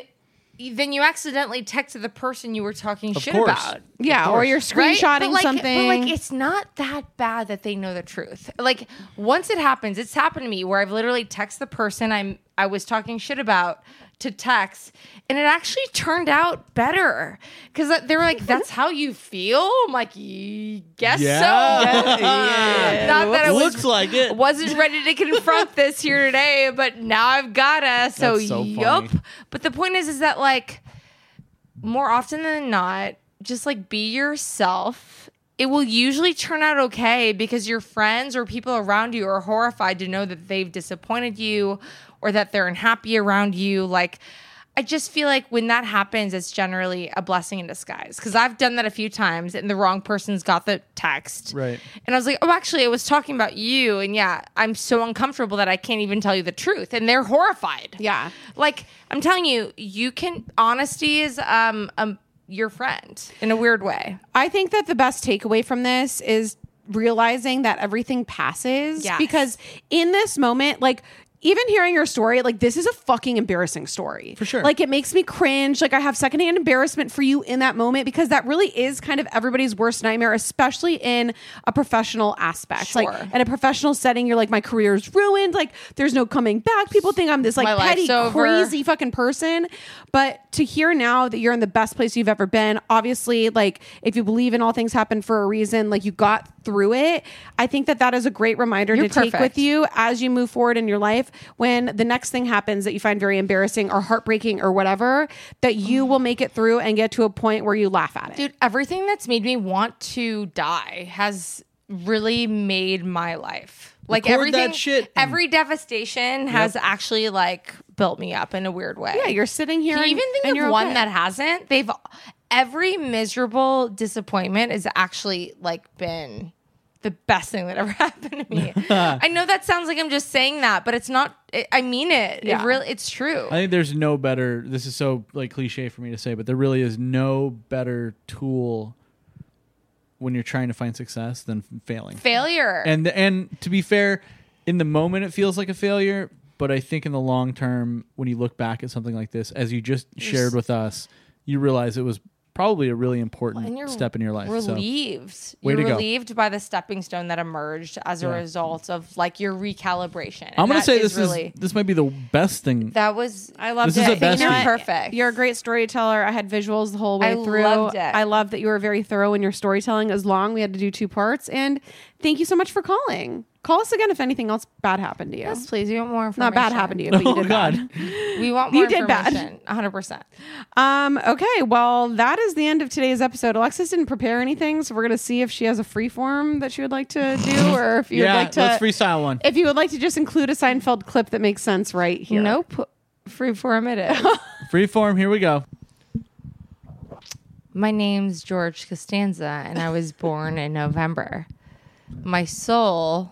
S3: y- then you accidentally texted the person you were talking
S1: Of
S3: shit
S1: course.
S3: about.
S1: Yeah, Of or you're
S3: course. Right?
S1: screenshotting
S3: But, like,
S1: something.
S3: But like, it's not that bad that they know the truth. Like, once it happens, it's happened to me where I've literally texted the person I'm I was talking shit about to text and it actually turned out better because they were like that's how you feel i'm like "Ye- guess so [LAUGHS] not that i was,
S2: Looks like it.
S3: wasn't ready to
S2: [LAUGHS]
S3: confront this here today but now i've gotta so,
S2: That's so funny.
S3: yup but the point is is that like more often than not, just like be yourself. It will usually turn out okay because your friends or people around you are horrified to know that they've disappointed you or that they're unhappy around you. Like, I just feel like when that happens, it's generally a blessing in disguise. Because I've done that a few times and the wrong person's got the text.
S2: Right.
S3: And I was like, oh, actually, I was talking about you. And yeah, I'm so uncomfortable that I can't even tell you the truth. And they're horrified.
S1: Yeah.
S3: Like, I'm telling you, you can, honesty is um, um your friend in a weird way.
S1: I think that the best takeaway from this is realizing that everything passes
S3: Yes.
S1: because in this moment, like even hearing your story, like this is a fucking embarrassing story. For
S2: sure.
S1: Like it makes me cringe. Like I have secondhand embarrassment for you in that moment because that really is kind of everybody's worst nightmare, especially in a professional aspect.
S3: Sure.
S1: Like in a professional setting, you're like, my career's ruined. Like there's no coming back. People think I'm this like
S3: My life's
S1: petty,
S3: over.
S1: crazy crazy fucking person. But to hear now that you're in the best place you've ever been, obviously, like if you believe in all things happen for a reason, like you got through it. I think that that is a great reminder
S3: You're
S1: to take
S3: perfect.
S1: with you as you move forward in your life. When the next thing happens that you find very embarrassing or heartbreaking or whatever, that you will make it through and get to a point where you laugh at it.
S3: Dude, everything that's made me want to die has really made my life. Like
S2: Record that
S3: everything,
S2: shit.
S3: every devastation has actually like built me up in a weird way.
S1: yeah, you're sitting here.
S3: Can you
S1: and-
S3: even think
S1: and
S3: of
S1: you're
S3: one
S1: okay.
S3: that hasn't? They've every miserable disappointment is actually like been the best thing that ever [LAUGHS] happened to
S1: [LAUGHS]
S3: me. I know that sounds like I'm just saying that, but it's not. It, I mean it.
S1: Yeah.
S3: It really, it's true.
S2: I think there's no better. This is so like cliche for me to say, but there really is no better tool when you're trying to find success than f- failing.
S3: Failure.
S2: And and to be fair, in the moment it feels like a failure, but I think in the long term, when you look back at something like this, as you just shared with us, you realize it was probably a really
S3: And
S2: important
S3: you're
S2: step in your life. So-
S3: Relieved.
S2: Way
S3: you're
S2: to go.
S3: relieved by the stepping stone that emerged as a
S2: Yeah.
S3: result of like your recalibration. And
S2: I'm gonna
S3: that
S2: say this
S3: really
S2: is this might be the best thing.
S3: that was
S1: I loved
S2: This
S1: it.
S2: is the
S1: You
S2: best
S1: know
S2: week.
S1: what?
S3: Perfect.
S1: You're a great storyteller. I had visuals the whole way
S3: I
S1: through.
S3: loved it.
S1: I love that you were very thorough in your storytelling. As long, we had to do two parts. And thank you so much for calling. Call us again if anything else bad happened to you.
S3: Yes, please. You want more information?
S1: Not bad happened to you, but you
S2: [LAUGHS] oh
S1: did [LAUGHS]
S2: God,
S3: We want
S1: You
S3: more
S1: did
S3: [LAUGHS]
S1: bad.
S3: information. 100. percent
S1: bad. Um, okay, well, that is the end of today's episode. Alexis didn't prepare anything, so we're gonna see if she has a free form that she would like to
S2: [LAUGHS]
S1: do, or if you
S2: yeah,
S1: would like to
S2: let's
S1: [LAUGHS]
S2: freestyle one.
S1: if you would like to just include a Seinfeld clip that makes sense right here.
S3: Nope. Free form it [LAUGHS] is.
S2: Freeform, here we go.
S3: My name's George Costanza, and I was born in November. My soul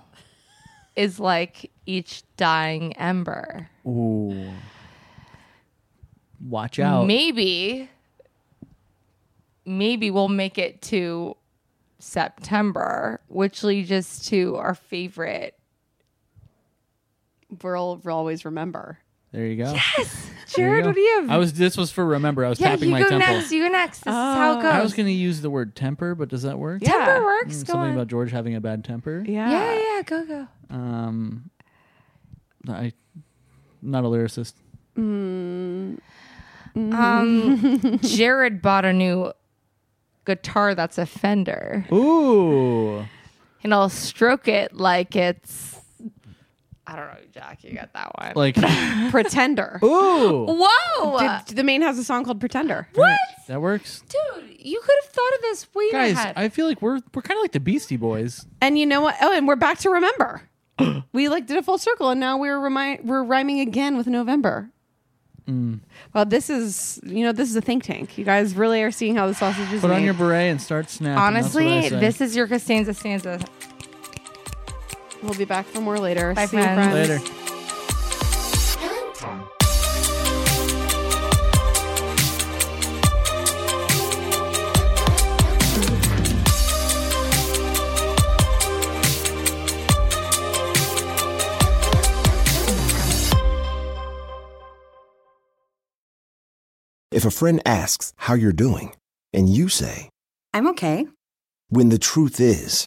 S3: is like each dying ember.
S2: Ooh. Watch out.
S3: Maybe, maybe we'll make it to September, which leads us to our favorite.
S1: We'll, we'll always remember.
S2: There you go. There you
S3: Jared,
S2: go.
S3: what do you have?
S2: I was this was for remember. I was
S3: yeah,
S2: tapping
S3: you
S2: my
S3: go
S2: temple.
S3: next. You go next. This is how it goes.
S2: I was gonna use the word temper, but does that work?
S1: Yeah.
S3: Temper
S2: Mm,
S3: Oh. works. go
S2: Something
S3: on.
S2: about George having a bad temper.
S1: Yeah.
S3: yeah, yeah, go go.
S2: Um I not a lyricist.
S3: [LAUGHS] Um, Jared bought a new guitar that's a Fender,
S2: Ooh.
S3: and I'll stroke it like it's. I don't know, Jack. You got that one. [LAUGHS]
S2: Like [LAUGHS]
S1: Pretender.
S2: Ooh.
S3: Whoa,
S1: Did- the main has a song called Pretender.
S2: What? That works.
S3: dude! You could have thought of this way
S2: Guys,
S3: ahead.
S2: I feel like we're we're kinda like the Beastie Boys.
S1: And you know what? Oh, and we're back to
S2: [GASPS]
S1: remember. we like did a full circle, and now we're remi- we're rhyming again with November.
S2: Mm.
S1: Well, this is you know this is a think tank. You guys really are seeing how the sausage is
S2: Put
S1: made.
S2: on your beret and start snapping. That's what I
S3: Honestly,
S2: say.
S3: this is your Costanza stanza.
S1: we'll be back for more later.
S3: Bye,
S1: See you,
S3: friends.
S2: later.
S14: If a friend asks how you're doing and you say,
S15: I'm okay.
S14: when the truth is,